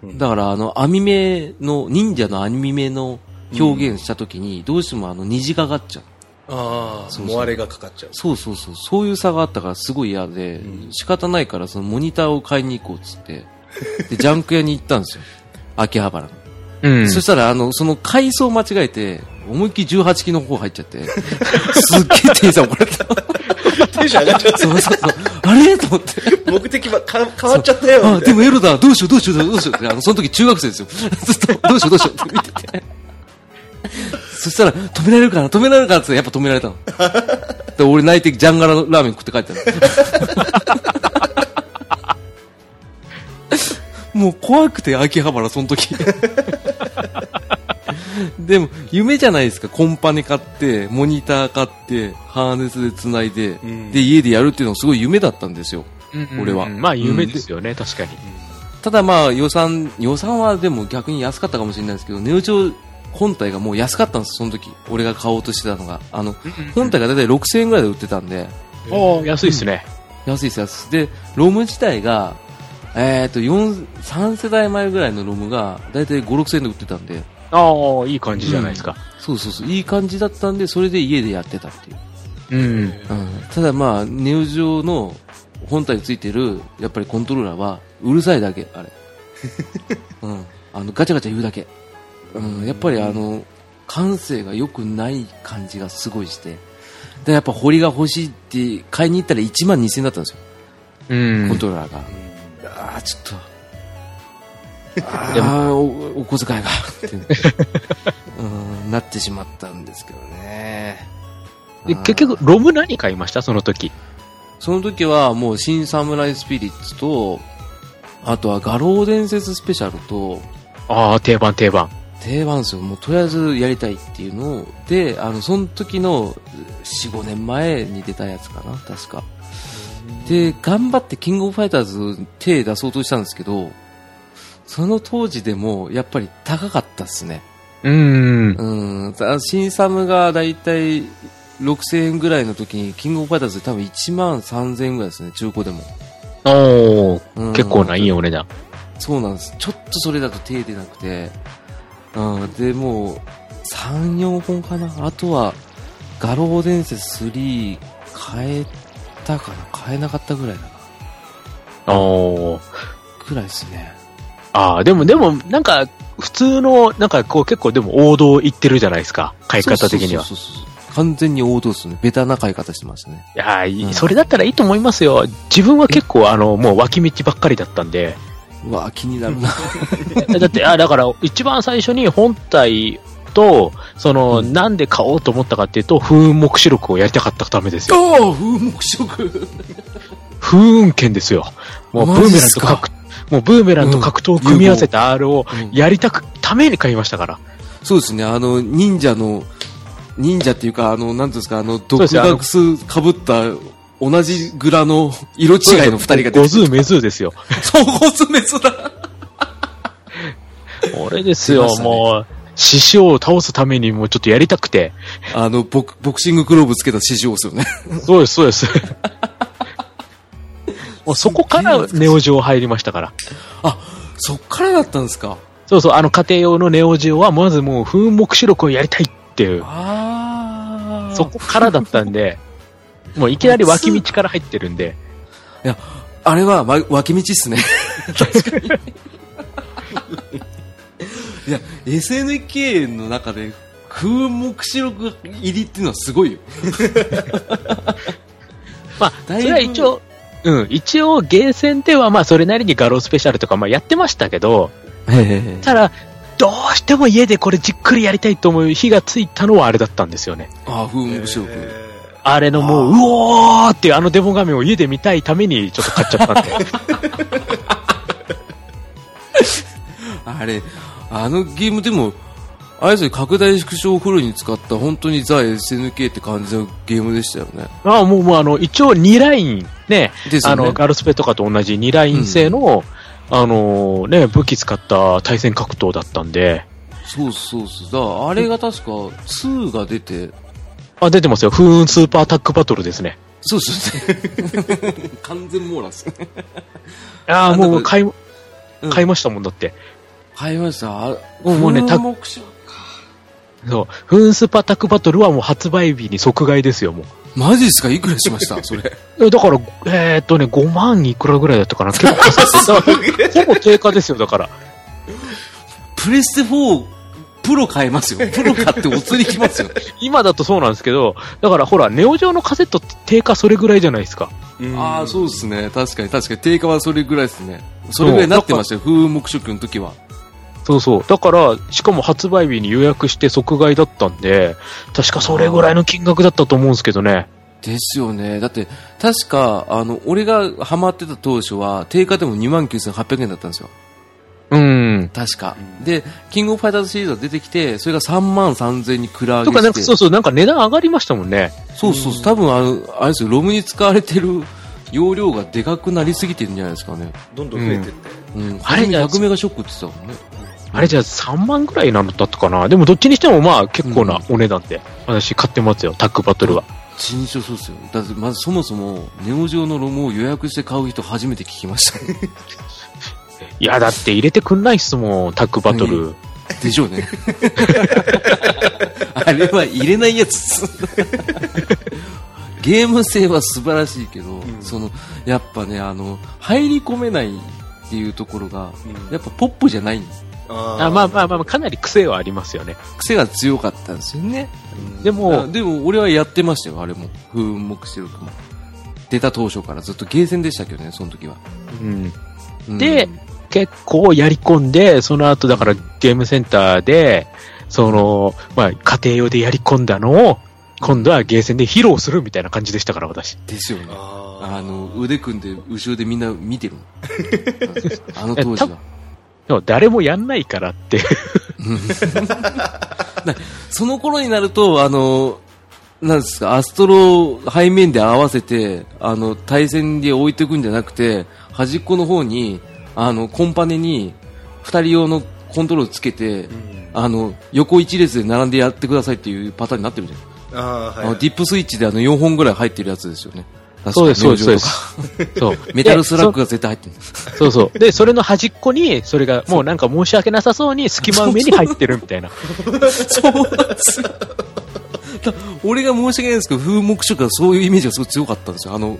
Speaker 3: うん
Speaker 2: だからあの網目の、忍者の網目の表現した時に、どうしてもあの虹がかかっちゃう。
Speaker 3: ああ
Speaker 2: そうそう
Speaker 3: もうあれがかかっちゃう
Speaker 2: そうそうそう、そういう差があったからすごい嫌で、
Speaker 3: うん
Speaker 2: 仕方ないからそのモニターを買いに行こうっつって、で、ジャンク屋に行ったんです よ。秋葉原の。
Speaker 4: うん。
Speaker 2: そしたら、あの、その階層間違えて、思いっきり18機の方入っちゃ って、すっげえ店員さん怒られた。
Speaker 3: テンション上がっちゃう
Speaker 2: そうそうそう。あれと思って。
Speaker 3: 目的はか変わっちゃったよみたいな
Speaker 2: あ、でもエロだ、どうしよう、どうしよう、どうしようって、あの、その時中学生ですよ。 ずっと、どうしよう、どうしようって見てて。そしたら、止められるかな、止められるかなって、やっぱ止められたの。で、俺泣いて、ジャンガラのラーメン食って帰ったの。 もう怖くて、秋葉原、その時。 でも、夢じゃないですか。コンパネ買って、モニター買って、ハーネスで繋いで、
Speaker 3: うん
Speaker 2: で、家でやるっていうのがすごい夢だったんですよ。俺は
Speaker 4: うんまあ、夢ですよね、確かに。
Speaker 2: ただまあ予算、予算はでも逆に安かったかもしれないですけど、ネオジオ本体がもう安かったんです、その時。俺が買おうとしてたのが。あの、本体がだいたい6000円ぐらいで売ってたんで、
Speaker 4: おー安いですね。
Speaker 2: 安いです、安いです。で、ロム自体が、えっ、と、4、3世代前ぐらいのロムが、だいたい5、6000円で売ってたんで、
Speaker 4: ああ、いい感じじゃないですか。
Speaker 2: そうそうそう、いい感じだったんで、それで家でやってたっていう。
Speaker 4: うん
Speaker 2: うん、ただまあ、ネオジオの本体についてる、やっぱりコントローラーは、うるさいだけ、 あれ。うん。あの、ガチャガチャ言うだけ。うん、やっぱりあの、感性が良くない感じがすごいして。で、やっぱ堀が欲しいって、買いに行ったら1万2000円だったんですよ、
Speaker 4: うん
Speaker 2: コントローラーが。ああ、ちょっと。ああ、おお小遣いが。っ てうん、なってしまったんですけどね。
Speaker 4: で
Speaker 2: はい
Speaker 4: 結局、ロム何買いましたその時。
Speaker 2: その時はもう新サムライスピリッツと、あとは画廊伝説スペシャルと、
Speaker 4: ああ、定番定番。
Speaker 2: 定番ですよ。もうとりあえずやりたいっていうのを、で、あの、その時の4、5年前に出たやつかな、確か。で、頑張ってキングオブファイターズ手出そうとしたんですけど、その当時でもやっぱり高かったっすね。
Speaker 4: うーん。
Speaker 2: うん、た新サムがだいたい6000円ぐらいの時に、キングオブファイターズで多分1万3000円ぐらいですね、中古でも。
Speaker 4: おー、
Speaker 2: うん
Speaker 4: 結構ないいお値段。
Speaker 2: そうなんです。ちょっとそれだと手出なくて。うん、で、もう、3、4本かな。あとは、画廊伝説3変えたかな変えなかったぐらいだな。
Speaker 4: おー。
Speaker 2: くらいですね。
Speaker 4: ああ、でも、でも、なんか、普通の、なんかこう結構でも王道行ってるじゃないですか。買い方的には。
Speaker 2: そうそうそうそう完全に王道ですね。ベタな買い方してましたね。
Speaker 4: いやー、
Speaker 2: うん
Speaker 4: それだったらいいと思いますよ。自分は結構、あの、もう脇道ばっかりだったんで。
Speaker 2: うわ、気になるな。
Speaker 4: だって、あだから、一番最初に本体と、その、なんで買おうと思ったかっていうと、風雲目視録をやりたかったためですよ。
Speaker 2: おお風目色
Speaker 4: 風雲剣ですよ。もうブ
Speaker 2: マジ
Speaker 4: ーメ
Speaker 2: っ
Speaker 4: ラン
Speaker 2: す
Speaker 4: と
Speaker 2: か
Speaker 4: 格、もうブーメランと格闘を組み合わせた R を
Speaker 2: うん
Speaker 4: やりたく、ために買いましたから。
Speaker 2: そうですね、あの、忍者の、忍者っていうか、あの、なんていうんですか、あの、
Speaker 4: うで
Speaker 2: 毒
Speaker 4: すねあの
Speaker 2: ガスかぶった、同じグラの色違いの二人が出
Speaker 4: ゴ
Speaker 2: て
Speaker 4: ズーメズーで すよ。
Speaker 2: そう、ゴズメズだ。
Speaker 4: 俺です
Speaker 2: 出
Speaker 4: よ
Speaker 2: まし、たね
Speaker 4: もう、師匠を倒すためにもうちょっとやりたくて。
Speaker 2: あの、ボク、ボクシンググローブつけた獅子王ですよね。
Speaker 4: そうです、そうです。もうそこからネオジオ入りましたから。
Speaker 2: あ、そっからだったんですか。
Speaker 4: そうそう、あの家庭用のネオジオは、まずもう風目視録をやりたいっていう、
Speaker 2: ああ。
Speaker 4: そこからだったんで、もういきなり脇道から入ってるんで、
Speaker 2: いや、あれは、わ、脇道っすね。確かに。いや、SNK の中で、空目視録入りっていうのはすごいよ。
Speaker 4: まあ、そ
Speaker 2: だいぶ
Speaker 4: れは一応、うん、一応ゲーセンではまあそれなりに画廊スペシャルとかまあやってましたけど、ただ、どうしても家でこれじっくりやりたいと思う火がついたのはあれだったんですよね。
Speaker 2: ああ、風目視録。
Speaker 4: あれのもう、うおーっていうあのデモ画面を家で見たいためにちょっと買っちゃったん で。
Speaker 2: あれ、あのゲームでも、あれですよ、拡大縮小をフルに使った本当にザ・ SNK って感じのゲームでしたよね。
Speaker 4: まあもう、もうあの、一応2ライン、ね、
Speaker 2: です
Speaker 4: あ
Speaker 2: よね。
Speaker 4: の、ガルスペとかと同じ2ライン製の、あのね、武器使った対戦格闘だったんで、
Speaker 2: そうそうそう。だからあれが確か2が出て、
Speaker 4: あ、出てますよ。風雲スーパータックバトルですね。
Speaker 2: そうそう ね。完全網羅っすね。
Speaker 4: ああ、
Speaker 2: なんだ
Speaker 4: も
Speaker 2: こ
Speaker 4: う
Speaker 2: れ
Speaker 4: 買い、
Speaker 2: うん
Speaker 4: 買いましたもんだって。
Speaker 2: 買いました。あ
Speaker 4: もうもうね
Speaker 2: 風
Speaker 4: た
Speaker 2: 目視録
Speaker 4: そう。フーンスパタクバトルはもう発売日に即買いですよ、も
Speaker 2: マジですかいくらしま したそれ。
Speaker 4: う。えだから、えーっとね、5万いくらぐらいだったかな。結構かさほぼ定価ですよ、だから。
Speaker 2: プレステ4、プロ買えます よ。プロ買ってお釣りきますよ。
Speaker 4: 今だとそうなんですけど、だからほら、ネオジオのカセットって定価それぐらいじゃないですか。
Speaker 2: ああ、そうですね。確かに確かに。定価はそれぐらいですね。それぐらいになってましたよ。風目視録の時は。
Speaker 4: そうそう。だから、しかも発売日に予約して即買いだったんで、確かそれぐらいの金額だったと思うんですけどね。
Speaker 2: ですよね。だって、確か、あの、俺がハマってた当初は、定価でも29,800円だったんですよ。
Speaker 4: うん。
Speaker 2: 確か。
Speaker 3: うん
Speaker 2: で、キングオブファイターズシリーズが出てきて、それが3万3000にくら上
Speaker 4: と
Speaker 2: げ
Speaker 4: か、なん
Speaker 2: し
Speaker 4: か
Speaker 2: て。
Speaker 4: そうそう、なんか値段上がりましたもんね。
Speaker 2: そうそうそう。多分、あの、あれですよ、ロムに使われて る容量がでかくなりすぎてるんじゃないですかね。
Speaker 3: どんどん増えてって、
Speaker 2: うん。
Speaker 4: あれ
Speaker 2: 初め100メガショックって言ってたもんね。
Speaker 4: あれじゃあ3万ぐらいなのだったかな。でもどっちにしてもまあ結構なお値段で、私買ってますよ、タッグバトルは。
Speaker 2: 新書そうですよ。だって、まずそもそも、ネオ上のロムを予約して買う人初めて聞きました。
Speaker 4: いや、だって入れてくんないっすもん、タッグバトル。
Speaker 2: でしょう ね。あれは入れないやつ。ゲーム性は素晴らしいけど、
Speaker 3: ん
Speaker 2: そのやっぱねあの入り込めないっていうところが、
Speaker 3: うん
Speaker 2: やっぱポップじゃない
Speaker 3: あ
Speaker 4: あまあまあまあ、かなり癖はありますよね。
Speaker 2: 癖が強かったんですよね。
Speaker 4: で
Speaker 2: あ
Speaker 4: も、
Speaker 2: でも俺はやってましたよあれも風雲目視録も出た当初からずっとゲーセンでしたけどねその時は。
Speaker 4: うん、
Speaker 2: うん
Speaker 4: で結構やり込んで、その後だからゲームセンターで、その、まあ家庭用でやり込んだのを、今度はゲーセンで披露するみたいな感じでしたから、私。
Speaker 2: ですよね。
Speaker 3: あ
Speaker 2: あの、腕組んで、後ろでみんな見てる の。あの当時は。
Speaker 4: でも誰もやんないからって。
Speaker 2: その頃になると、あの、なんですか、アストロを背面で合わせて、あの、対戦で置いていくんじゃなくて、端っこの方に、あの、コンパネに、二人用のコントロールつけて、あの、横一列で並んでやってくださいっていうパターンになってるじゃん。
Speaker 3: あー、
Speaker 2: あ
Speaker 3: は
Speaker 2: のデ
Speaker 3: い。
Speaker 2: ィップスイッチであの4本ぐらい入ってるやつですよね。確か
Speaker 4: そうです、そうです、そ
Speaker 2: 明星とか
Speaker 4: うです。そう。
Speaker 2: メタルスラックが絶対入ってるんです。
Speaker 4: でそうそう。で、それの端っこに、それがもうなんか申し訳なさそうに隙間埋めに入ってるみたいな。
Speaker 2: そうなんですよ。だ俺が申し訳ないんですけど、風木色はそういうイメージがすごい強かったんですよ、あの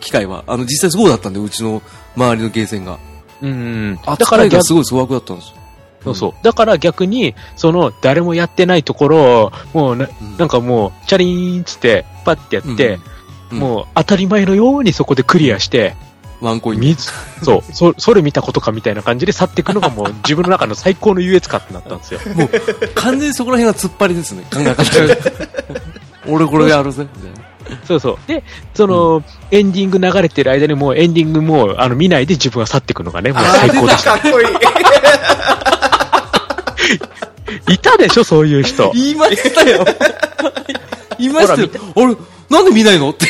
Speaker 2: 機械は。あの、実際そうだったんで、うちの周りのゲーセンが。
Speaker 4: うん。
Speaker 2: あ、
Speaker 4: だ
Speaker 2: だ
Speaker 4: か
Speaker 2: から
Speaker 4: ら
Speaker 2: が
Speaker 4: 逆
Speaker 2: すごい粗悪だったんですよ。
Speaker 4: そうそう。だから逆に、その、誰もやってないところを、もうな、
Speaker 2: うん
Speaker 4: なんかもう、チャリーンっつって、パッてやって、
Speaker 2: うん
Speaker 4: もう、当たり前のようにそこでクリアして、
Speaker 2: ワンコイン。
Speaker 4: 水、そう、そ、それ見たことかみたいな感じで去っていくのが もう、自分の中の最高の優越感ってなったんですよ。
Speaker 2: もう、完全にそこら辺は突っ張りですね、考え方 が。俺これやるぜ、みたいな。
Speaker 4: そうそう。で、その、エンディング流れてる間にもう、エンディングもう、あの、見ないで自分は去っていくのがね、もう最高で し
Speaker 3: かっこいい。
Speaker 4: た。いたでしょ、そういう人。
Speaker 2: 言いましたよ。言いましたよ。俺、なんで見ないのって。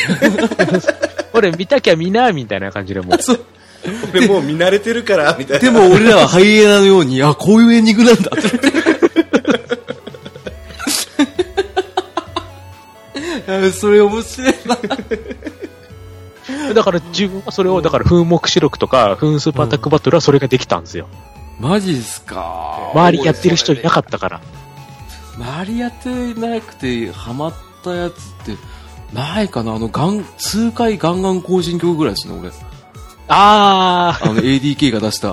Speaker 4: 俺見たきゃ見な、みたいな感じでもう。
Speaker 2: そう
Speaker 3: 俺もう見慣れてるから、みたいな。
Speaker 2: でも俺らはハイエナのように、あ、こういうエンディングなんだ って。やべそれ面白いな。
Speaker 4: だから自分はそれを、だから、風目視録とか、噴スーパータックバトルはそれができたんですよ。
Speaker 2: マジっすか。
Speaker 4: 周りやってる人いなかったから。
Speaker 2: マリアってなくてハマったやつって、ないかなあの、ガン、数回ガンガン更新曲ぐらいですね、俺。
Speaker 4: あ
Speaker 2: あの、ADK が出 した
Speaker 4: ー、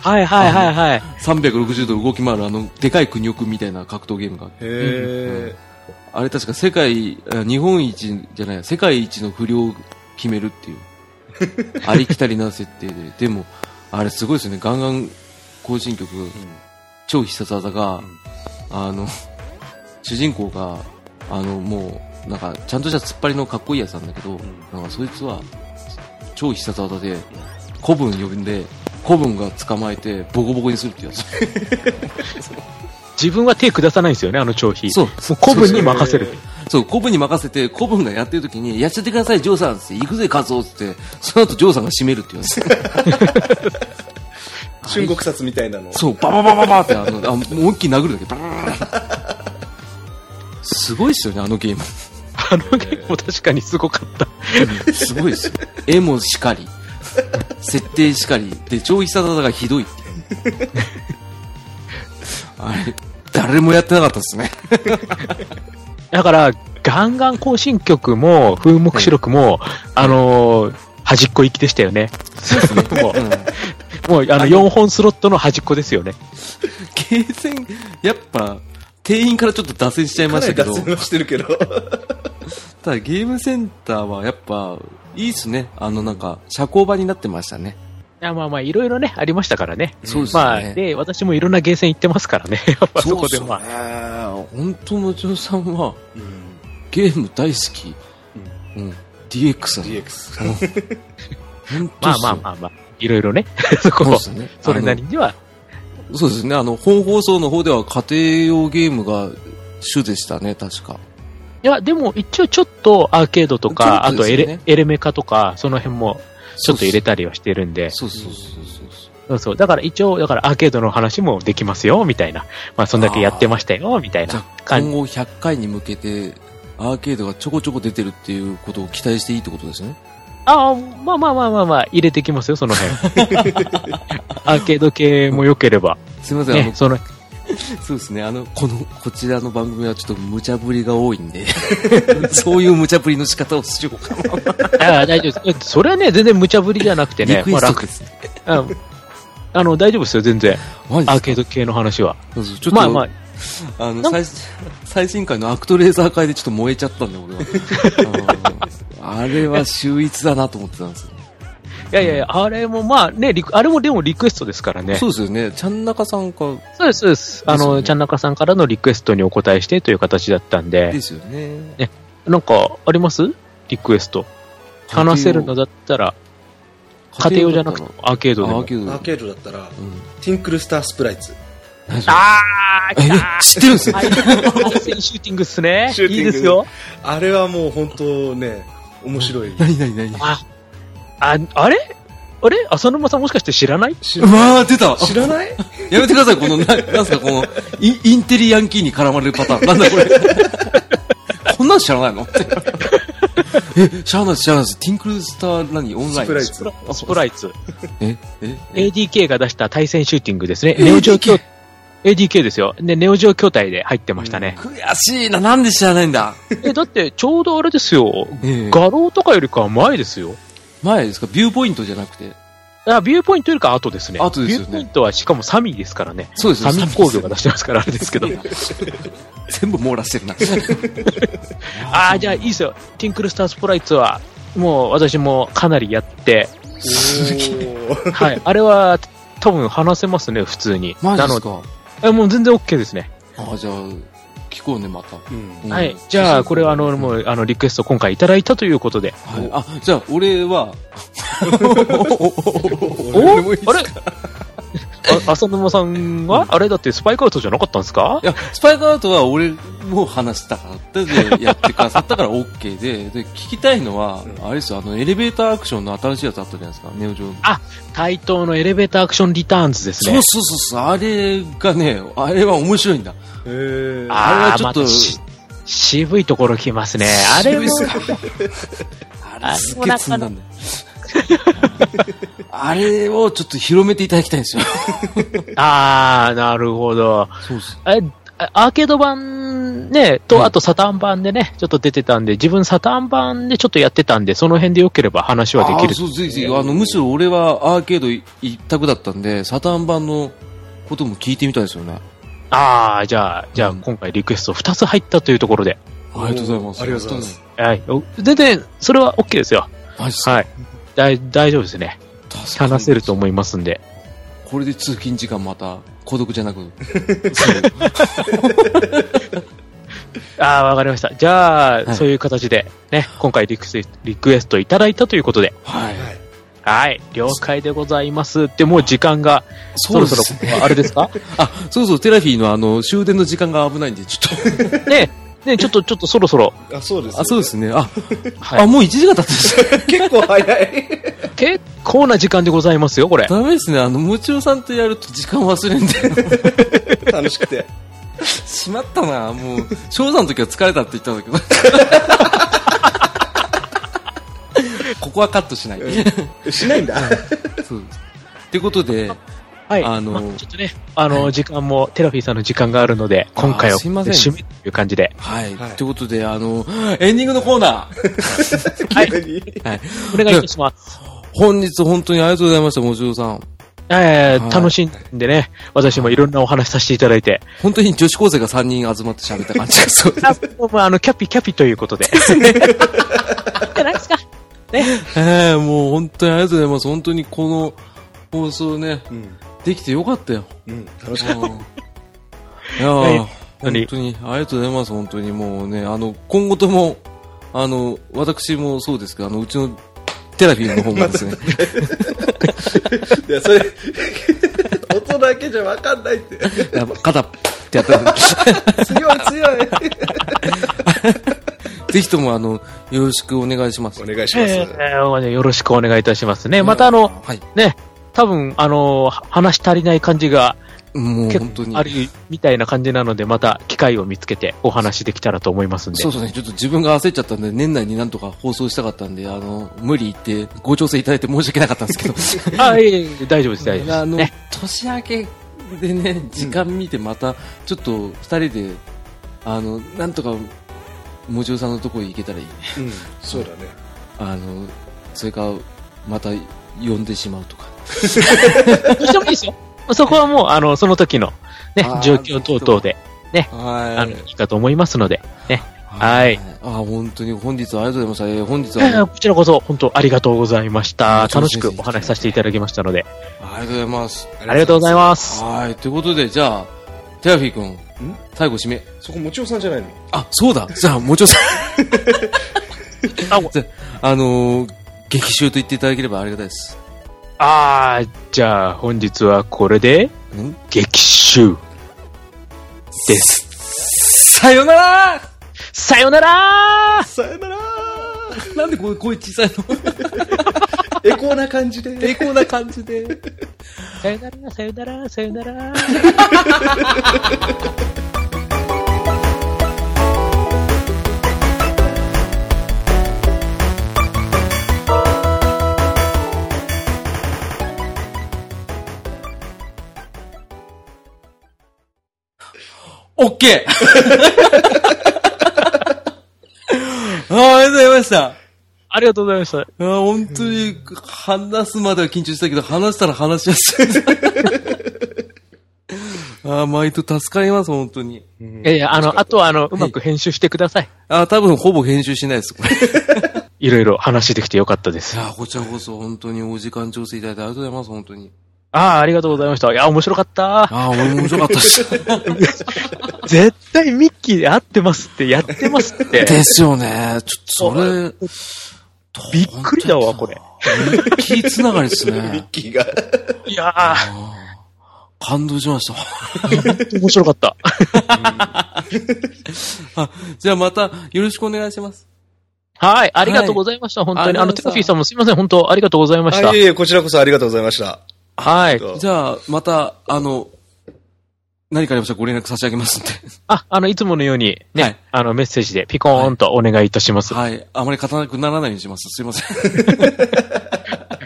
Speaker 4: はいはいはいはい。
Speaker 2: 360度動き回るあの、でかいクニョクみたいな格闘ゲームがあって
Speaker 3: へ
Speaker 2: あれ確か世界、あ日本一じゃない、世界一の不良を決めるっていう。ありきたりな設定で。 でも、あれすごいですよね。ガンガン更新曲、超必殺技が、あの、 主人公が、あの、もう、なんか、ちゃんとした突っ張りのかっこいいやつなんだけど、なんかそいつは、超必殺技で、古文呼んで、古文が捕まえて、ボコボコにするってやつ。
Speaker 4: 自分は手下さないんですよね、あの長飛。
Speaker 2: そう
Speaker 4: もう古文に任せる。
Speaker 2: そう、古文に任せて、古文がやってる時に、やっちゃってください、ジョーさんっつって、行くぜ、カツオっつって、その後ジョーさんが締めるっていう。
Speaker 3: ー春国殺みたいなの。
Speaker 2: そう、バババババって、あの、あもう思いっきり殴るだけ、バーンすごいっすよね、あのゲーム。
Speaker 4: あのゲームも確かにすごかった。
Speaker 2: すごいっすよ。絵もしかり、設定しかり、で、超必殺技がひどいって いう。あれ、誰もやってなかったっすね。
Speaker 4: だから、ガンガン更新曲も、風目視録も、あのー端っこ行きでしたよね。 もう、もうあの、4本スロットの端っこですよね。
Speaker 2: ゲーセン、やっぱ、店員からちょっと脱線しちゃい
Speaker 3: か
Speaker 2: ま
Speaker 3: な
Speaker 2: し
Speaker 3: り
Speaker 2: たけど
Speaker 3: 脱。線はしてるけど。
Speaker 2: ただゲームセンターはやっぱいいっすねあのなんか社交場になってましたね
Speaker 4: いやまあまあ、いろいろね、ありましたからね。
Speaker 2: そうですよね
Speaker 4: まあ、で、私もいろんなゲーセン行ってますからね。やっぱそこでまあ。
Speaker 2: あ本当もちろさんはゲーム大好き、うん DX だね
Speaker 3: DX。
Speaker 2: 本当っ
Speaker 4: まあ
Speaker 2: す
Speaker 4: ま
Speaker 2: よ
Speaker 4: あまあまあ、いろいろね。そ こ
Speaker 2: そう
Speaker 4: も
Speaker 2: っす、ね
Speaker 4: それなりには。
Speaker 2: あのそうですねあの本放送の方では家庭用ゲームが主でしたね確か
Speaker 4: いや、でも一応ちょっとアーケードとか、
Speaker 2: ちょ
Speaker 4: あ
Speaker 2: っと
Speaker 4: と
Speaker 2: です
Speaker 4: エ
Speaker 2: よね
Speaker 4: レエレメカとか、その辺もちょっと入れたりはしてるんで。
Speaker 2: そうそうそうそうそう
Speaker 4: そうそう。だから一応、だからアーケードの話もできますよ、みたいな。まあ、そんだけやってましたよ、みたい
Speaker 2: じゃ
Speaker 4: な
Speaker 2: あ今
Speaker 4: 感じ。
Speaker 2: 後100回に向けてアーケードがちょこちょこ出てるっていうことを期待していいってことですね
Speaker 4: ああ、まあまあまあまあまあ、入れてきますよ、その辺。 アーケード系も良ければ。
Speaker 2: すいません、あの
Speaker 4: ね、その、
Speaker 2: そうですね。あの、この、こちらの番組はちょっと無茶ぶりが多いんで、 そういう無茶ぶりの仕方をしようかな。
Speaker 4: ああ、大丈夫です。それはね、全然無茶ぶりじゃなくて
Speaker 2: リ
Speaker 4: ね、
Speaker 2: クエ
Speaker 4: あ
Speaker 2: スト
Speaker 4: 楽
Speaker 2: ですね。
Speaker 4: うんあの、大丈夫ですよ、全然。
Speaker 2: マジ
Speaker 4: ア
Speaker 2: ですか
Speaker 4: ーケード系の話は。
Speaker 2: そうそうちょっと、
Speaker 4: まあまあ、
Speaker 2: あの
Speaker 4: なん
Speaker 2: 最、最新回のアクトレーザー会でちょっと燃えちゃったんで、 俺は。あのあれは秀逸だなと思ってたんですよ、
Speaker 4: いやいやいや、あれもまあね、リクあれもでもリクエストですからね。
Speaker 2: そうですよね。ちゃんなかさんか、
Speaker 4: そうです、そうです。あ
Speaker 2: ですよ
Speaker 4: の、
Speaker 2: ね
Speaker 4: ちゃんなかさんからのリクエストにお答えしてという形だったんで
Speaker 2: で。すよね。
Speaker 4: ね、なんかありますリクエスト。話せるのだったら、家庭用じゃなくてアーケードで
Speaker 2: あアー
Speaker 4: も。
Speaker 2: ケードで
Speaker 3: アー
Speaker 2: も
Speaker 3: ケードだったら、
Speaker 2: うん
Speaker 3: ティンクルスタースプライツ。
Speaker 2: 何それ
Speaker 4: あー、来た
Speaker 2: え知ってるんですか
Speaker 4: はい対戦シューティングっ すね。
Speaker 3: シューティン
Speaker 4: いい
Speaker 3: グ
Speaker 4: ですよ。
Speaker 3: あれはもう本当ね、面 白い。
Speaker 2: 何何何
Speaker 4: あ、ああれあれ浅沼さんもしかして知らない
Speaker 3: 知
Speaker 2: う
Speaker 3: らない
Speaker 2: わー、出た
Speaker 3: 知らない
Speaker 2: やめてください、この、ななんすか、このイン、インテリヤンキーに絡まれるパターン。なんだこれ。こんなん知らないのって。え、知らないです、知らないです。ティンクルスター何オンライン
Speaker 3: スプライ
Speaker 4: ス
Speaker 3: ツ
Speaker 4: プラ。スプライツ。
Speaker 2: え、え、え、
Speaker 4: ADK が出した対戦シューティングですね。ネオジオ筐 ADK ですよ。ね、ネオジオ筐体で入ってましたね。
Speaker 2: 悔しいな、なんで知らないんだ。
Speaker 4: え、だって、ちょうどあれですよ。
Speaker 2: ええ
Speaker 4: 画廊とかよりかは前ですよ。
Speaker 2: 前ですか、ビューポイントじゃなくて。
Speaker 4: あ、ビューポイントよりかは後ですね。
Speaker 2: 後ですよね
Speaker 4: ビューポイントはしかもサミーですからね。
Speaker 2: そうです
Speaker 4: サ
Speaker 2: よ
Speaker 4: ミー工業が出してますからあれですけど。
Speaker 2: 全部網羅してるな。
Speaker 4: ああ、じゃあいいですよ。ティンクルスタースプライツは、もう私もかなりやって、
Speaker 3: すげえ。
Speaker 4: はい。あれは、多分話せますね、普通に。
Speaker 2: マジ
Speaker 4: な
Speaker 2: で
Speaker 4: の
Speaker 2: す
Speaker 4: で
Speaker 2: か。
Speaker 4: え、もう全然 OK ですね。
Speaker 2: あ、じゃあ、聞こうね、また。
Speaker 3: うん
Speaker 2: うん
Speaker 4: はい。じゃあ、これはあの、もう、あの、リクエスト今回いただいたということで。
Speaker 2: はいあ、じゃあ、俺は、
Speaker 4: お あれあ浅沼さんはあれだってスパイクアウトじゃなかったんですか
Speaker 2: いや、スパイクアウトは俺も話したから、でやってくださったから OK で、で、聞きたいのは、
Speaker 3: うん
Speaker 2: あれですよ、あの、エレベーターアクションの新しいやつあったじゃないですか、ネオジョン。
Speaker 4: 対等のエレベーターアクションリターンズです
Speaker 2: そう
Speaker 4: ね。
Speaker 2: そうそうそう、あれがね、あれは面白いんだ。
Speaker 3: へー
Speaker 2: あ
Speaker 4: あ
Speaker 2: れ
Speaker 4: ー
Speaker 2: は
Speaker 4: ま
Speaker 2: ちょ
Speaker 4: た
Speaker 2: っと
Speaker 4: し渋いところ来ますね。あれも、
Speaker 2: あれすっげえ積んだんだよ。あれをちょっと広めていただきたいんですよ。
Speaker 4: ああ、なるほど。
Speaker 2: そうっす。
Speaker 4: え、アーケード版ね、
Speaker 2: は
Speaker 4: と、
Speaker 2: い
Speaker 4: あとサターン版でね、ちょっと出てたんで、自分サターン版でちょっとやってたんで、その辺でよければ話はで
Speaker 2: あ
Speaker 4: き
Speaker 2: ー
Speaker 4: る。
Speaker 2: そうぜひぜひあの、むしろ俺はアーケード一択だったんで、サターン版のことも聞いてみたいですよね。
Speaker 4: ああ、じゃあ、じゃあ
Speaker 2: うん
Speaker 4: 今回リクエスト2つ入ったというところで。
Speaker 2: ありがとうございます。
Speaker 3: ありがとうございます。
Speaker 4: はい。お全然、それは OK ですよ。
Speaker 2: マジっすか。
Speaker 4: はい。大大丈夫ですね。
Speaker 2: 助かる
Speaker 4: 話せると思いますんで。
Speaker 2: これで通勤時間また孤独じゃなく
Speaker 4: ああ、わかりました。じゃあ、
Speaker 2: はい
Speaker 4: そういう形で、ね、今回リクエスリクエストいただいたということで。
Speaker 2: はい
Speaker 3: はい
Speaker 4: はい。了解でございます。で、もう時間が、そ
Speaker 2: そう
Speaker 4: ろ
Speaker 2: で
Speaker 4: そろ
Speaker 2: す、ね、
Speaker 4: あれで すか
Speaker 2: あそうそうテラフィーのあの終電の時間が危ないんでちょっ
Speaker 4: ね、ね、ちょっと、ちょっとそろそろ。
Speaker 3: あ、そうです、
Speaker 2: とあそうですねあ,、
Speaker 4: はい
Speaker 2: あもう1時間経ってしまっ
Speaker 3: 結構早い。
Speaker 4: 結構な時間でございますよ、これ。
Speaker 2: たダメですねあのもちろさんとやると時間忘れんで
Speaker 3: 楽しくて。
Speaker 2: しまったなもう翔さんの時は疲れたって言ったん だけどここはカットしない
Speaker 3: しないんだ。
Speaker 2: そうですってことで
Speaker 4: はい。
Speaker 2: あの
Speaker 4: まあちょっとね、あの、時間も、テラフィーさんの時間があるので、今回
Speaker 2: あ
Speaker 4: は、
Speaker 2: ーすいません
Speaker 4: 締めという感じで。
Speaker 2: はい、
Speaker 3: はい
Speaker 2: ってことであのエンディングのコーナー
Speaker 3: 急に。
Speaker 2: はい
Speaker 4: お願いいたします。
Speaker 2: 本日本当にありがとうございました、もちろさん。
Speaker 4: え
Speaker 2: は
Speaker 4: ー、
Speaker 2: い
Speaker 4: 楽しんでね、私もいろんなお話しさせていただいて。
Speaker 2: 本当に女子高生が3人集まって喋った感じがする。
Speaker 4: あ、もう、まあ、あの、キャピキャピということで。じゃないですか。
Speaker 2: ええもう本当にありがとうございます。本当にこの放送ね、
Speaker 3: うん。
Speaker 2: できてよかったよ。
Speaker 3: うん。楽し
Speaker 2: う
Speaker 3: か
Speaker 2: ん
Speaker 3: っ
Speaker 2: いやー
Speaker 4: 当に
Speaker 2: 本当にありがとうございます。本当にもうね、あの、今後とも、あの、私もそうですけど、あの、うちのテラフィーの方もです ね、
Speaker 3: た。いや、それ、 音だけじゃわかんないって。
Speaker 2: やっぱ肩ってやったら、
Speaker 3: 強い強い。
Speaker 2: ぜひともあの、よろしくお願いします。
Speaker 3: お願いします。
Speaker 4: えー、よろしくお願いいたしますね。また、あの、
Speaker 2: はい。
Speaker 4: ね、多分、あの、話し足りない感じが、
Speaker 2: もう
Speaker 4: 結
Speaker 2: 本当に
Speaker 4: 構あ。るみたいな感じなので、また機会を見つけてお話できたらと思いますんで。
Speaker 2: そうそうね、ちょっと自分が焦っちゃったんで、年内になんとか放送したかったんで、あの、無理言って、ご調整いただいて 申し訳なかったんですけど。
Speaker 4: あ、いえいえ大丈夫です、大丈夫です。
Speaker 2: あの、
Speaker 4: ね
Speaker 2: 年明けでね、時間見てまた、ちょっと二人で、あの、なんとか、もちろさんのとこ行けたらいいね。
Speaker 3: うん。そうだね。
Speaker 2: あの、それか、また呼んでしまうとか。
Speaker 4: どうしてもいいですよ。そこはもう、あの、その時の、ね
Speaker 2: あー、
Speaker 4: 状況等々で、あ
Speaker 2: は
Speaker 4: の、いいかと思いますので、ね。はい。
Speaker 2: あ、本当に本日はありがとうございました。えー本日
Speaker 4: え
Speaker 2: はあ
Speaker 4: ー
Speaker 2: の、
Speaker 4: こちらこそ、本当ありがとうございました。
Speaker 2: そう
Speaker 4: 楽
Speaker 2: です
Speaker 4: し
Speaker 2: ね
Speaker 4: くお話しさせていただきましたので、
Speaker 2: ありがとうございます。
Speaker 4: ありがとうございます。
Speaker 2: はい。ということで、じゃあ、テラフィー君、最後締め。
Speaker 3: そこ、もちおさんじゃないの
Speaker 2: あ、そうだ。じゃあ、もうちょっと。
Speaker 4: あご
Speaker 2: じゃあ、あのー劇集と言っていただければありがたいです。
Speaker 4: あー、じゃあ本日はこれで
Speaker 2: ん
Speaker 4: 激臭です。
Speaker 2: さよなら
Speaker 4: さよなら
Speaker 3: さよなら
Speaker 2: なんでこういう声小さいの
Speaker 3: エコーな感じで。
Speaker 2: 抵抗な感じで。
Speaker 4: さよなら、さよなら、さよ なら。
Speaker 2: オッケー あありがとうございました。
Speaker 4: ありがとうございました。
Speaker 2: あー本当に、話すまでは緊張したけど、話したら話しやすい。 ああ、毎度助かります、本当に。
Speaker 4: いやいや、あの、あとはあの、うまく編集してください。
Speaker 2: ああ、多分ほぼ編集しないです、これ。
Speaker 4: いろいろ話できてよかったです。
Speaker 2: いやー、こちらこそ本当にお時間調整いただいてありがとうございます、本当に。
Speaker 4: ああ、ありがとうございました。いや、面白かった。
Speaker 2: ああ、俺も面白かったです。
Speaker 4: 絶対ミッキーで合ってますって、やってます って。
Speaker 2: ですよね。ちょっとそれ、
Speaker 4: びっくりだわ、これ。
Speaker 2: 気つながりです
Speaker 3: ミッ
Speaker 2: ね。
Speaker 3: キーが。
Speaker 4: いやー、
Speaker 2: 感動しました。
Speaker 4: 面白かった。
Speaker 2: あ じゃあまたよろしくお願いします。
Speaker 4: はい、ありがとうございました。本当に。あ
Speaker 2: あり
Speaker 4: の、
Speaker 2: がとうご
Speaker 4: テ
Speaker 2: ざいました
Speaker 4: カフィーさんもすいません。本当、ありがとうございました
Speaker 3: あ、い。えいえ、こちらこそありがとうございました。
Speaker 4: はい。
Speaker 2: じゃあまた、あの、何かありましたらご連絡差し上げますんで。
Speaker 4: あ、あの、いつものように、ね、
Speaker 2: はい
Speaker 4: あの、メッセージでピコーンとお願いいたします。
Speaker 2: はい。あまり勝たなくならないようにします。すいません。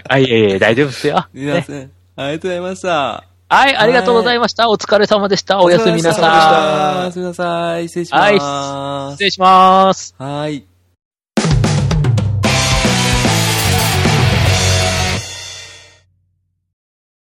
Speaker 4: あ、いえいえ、大丈夫ですよ。
Speaker 2: いま
Speaker 4: ね
Speaker 2: せん。ありがとうございました。
Speaker 4: はい、ありがとうございました。お疲れ様でした。おやすみな
Speaker 3: お疲れ様でした
Speaker 4: さ
Speaker 2: おやすみなさい。失礼します。
Speaker 4: い。失礼します。
Speaker 2: はい。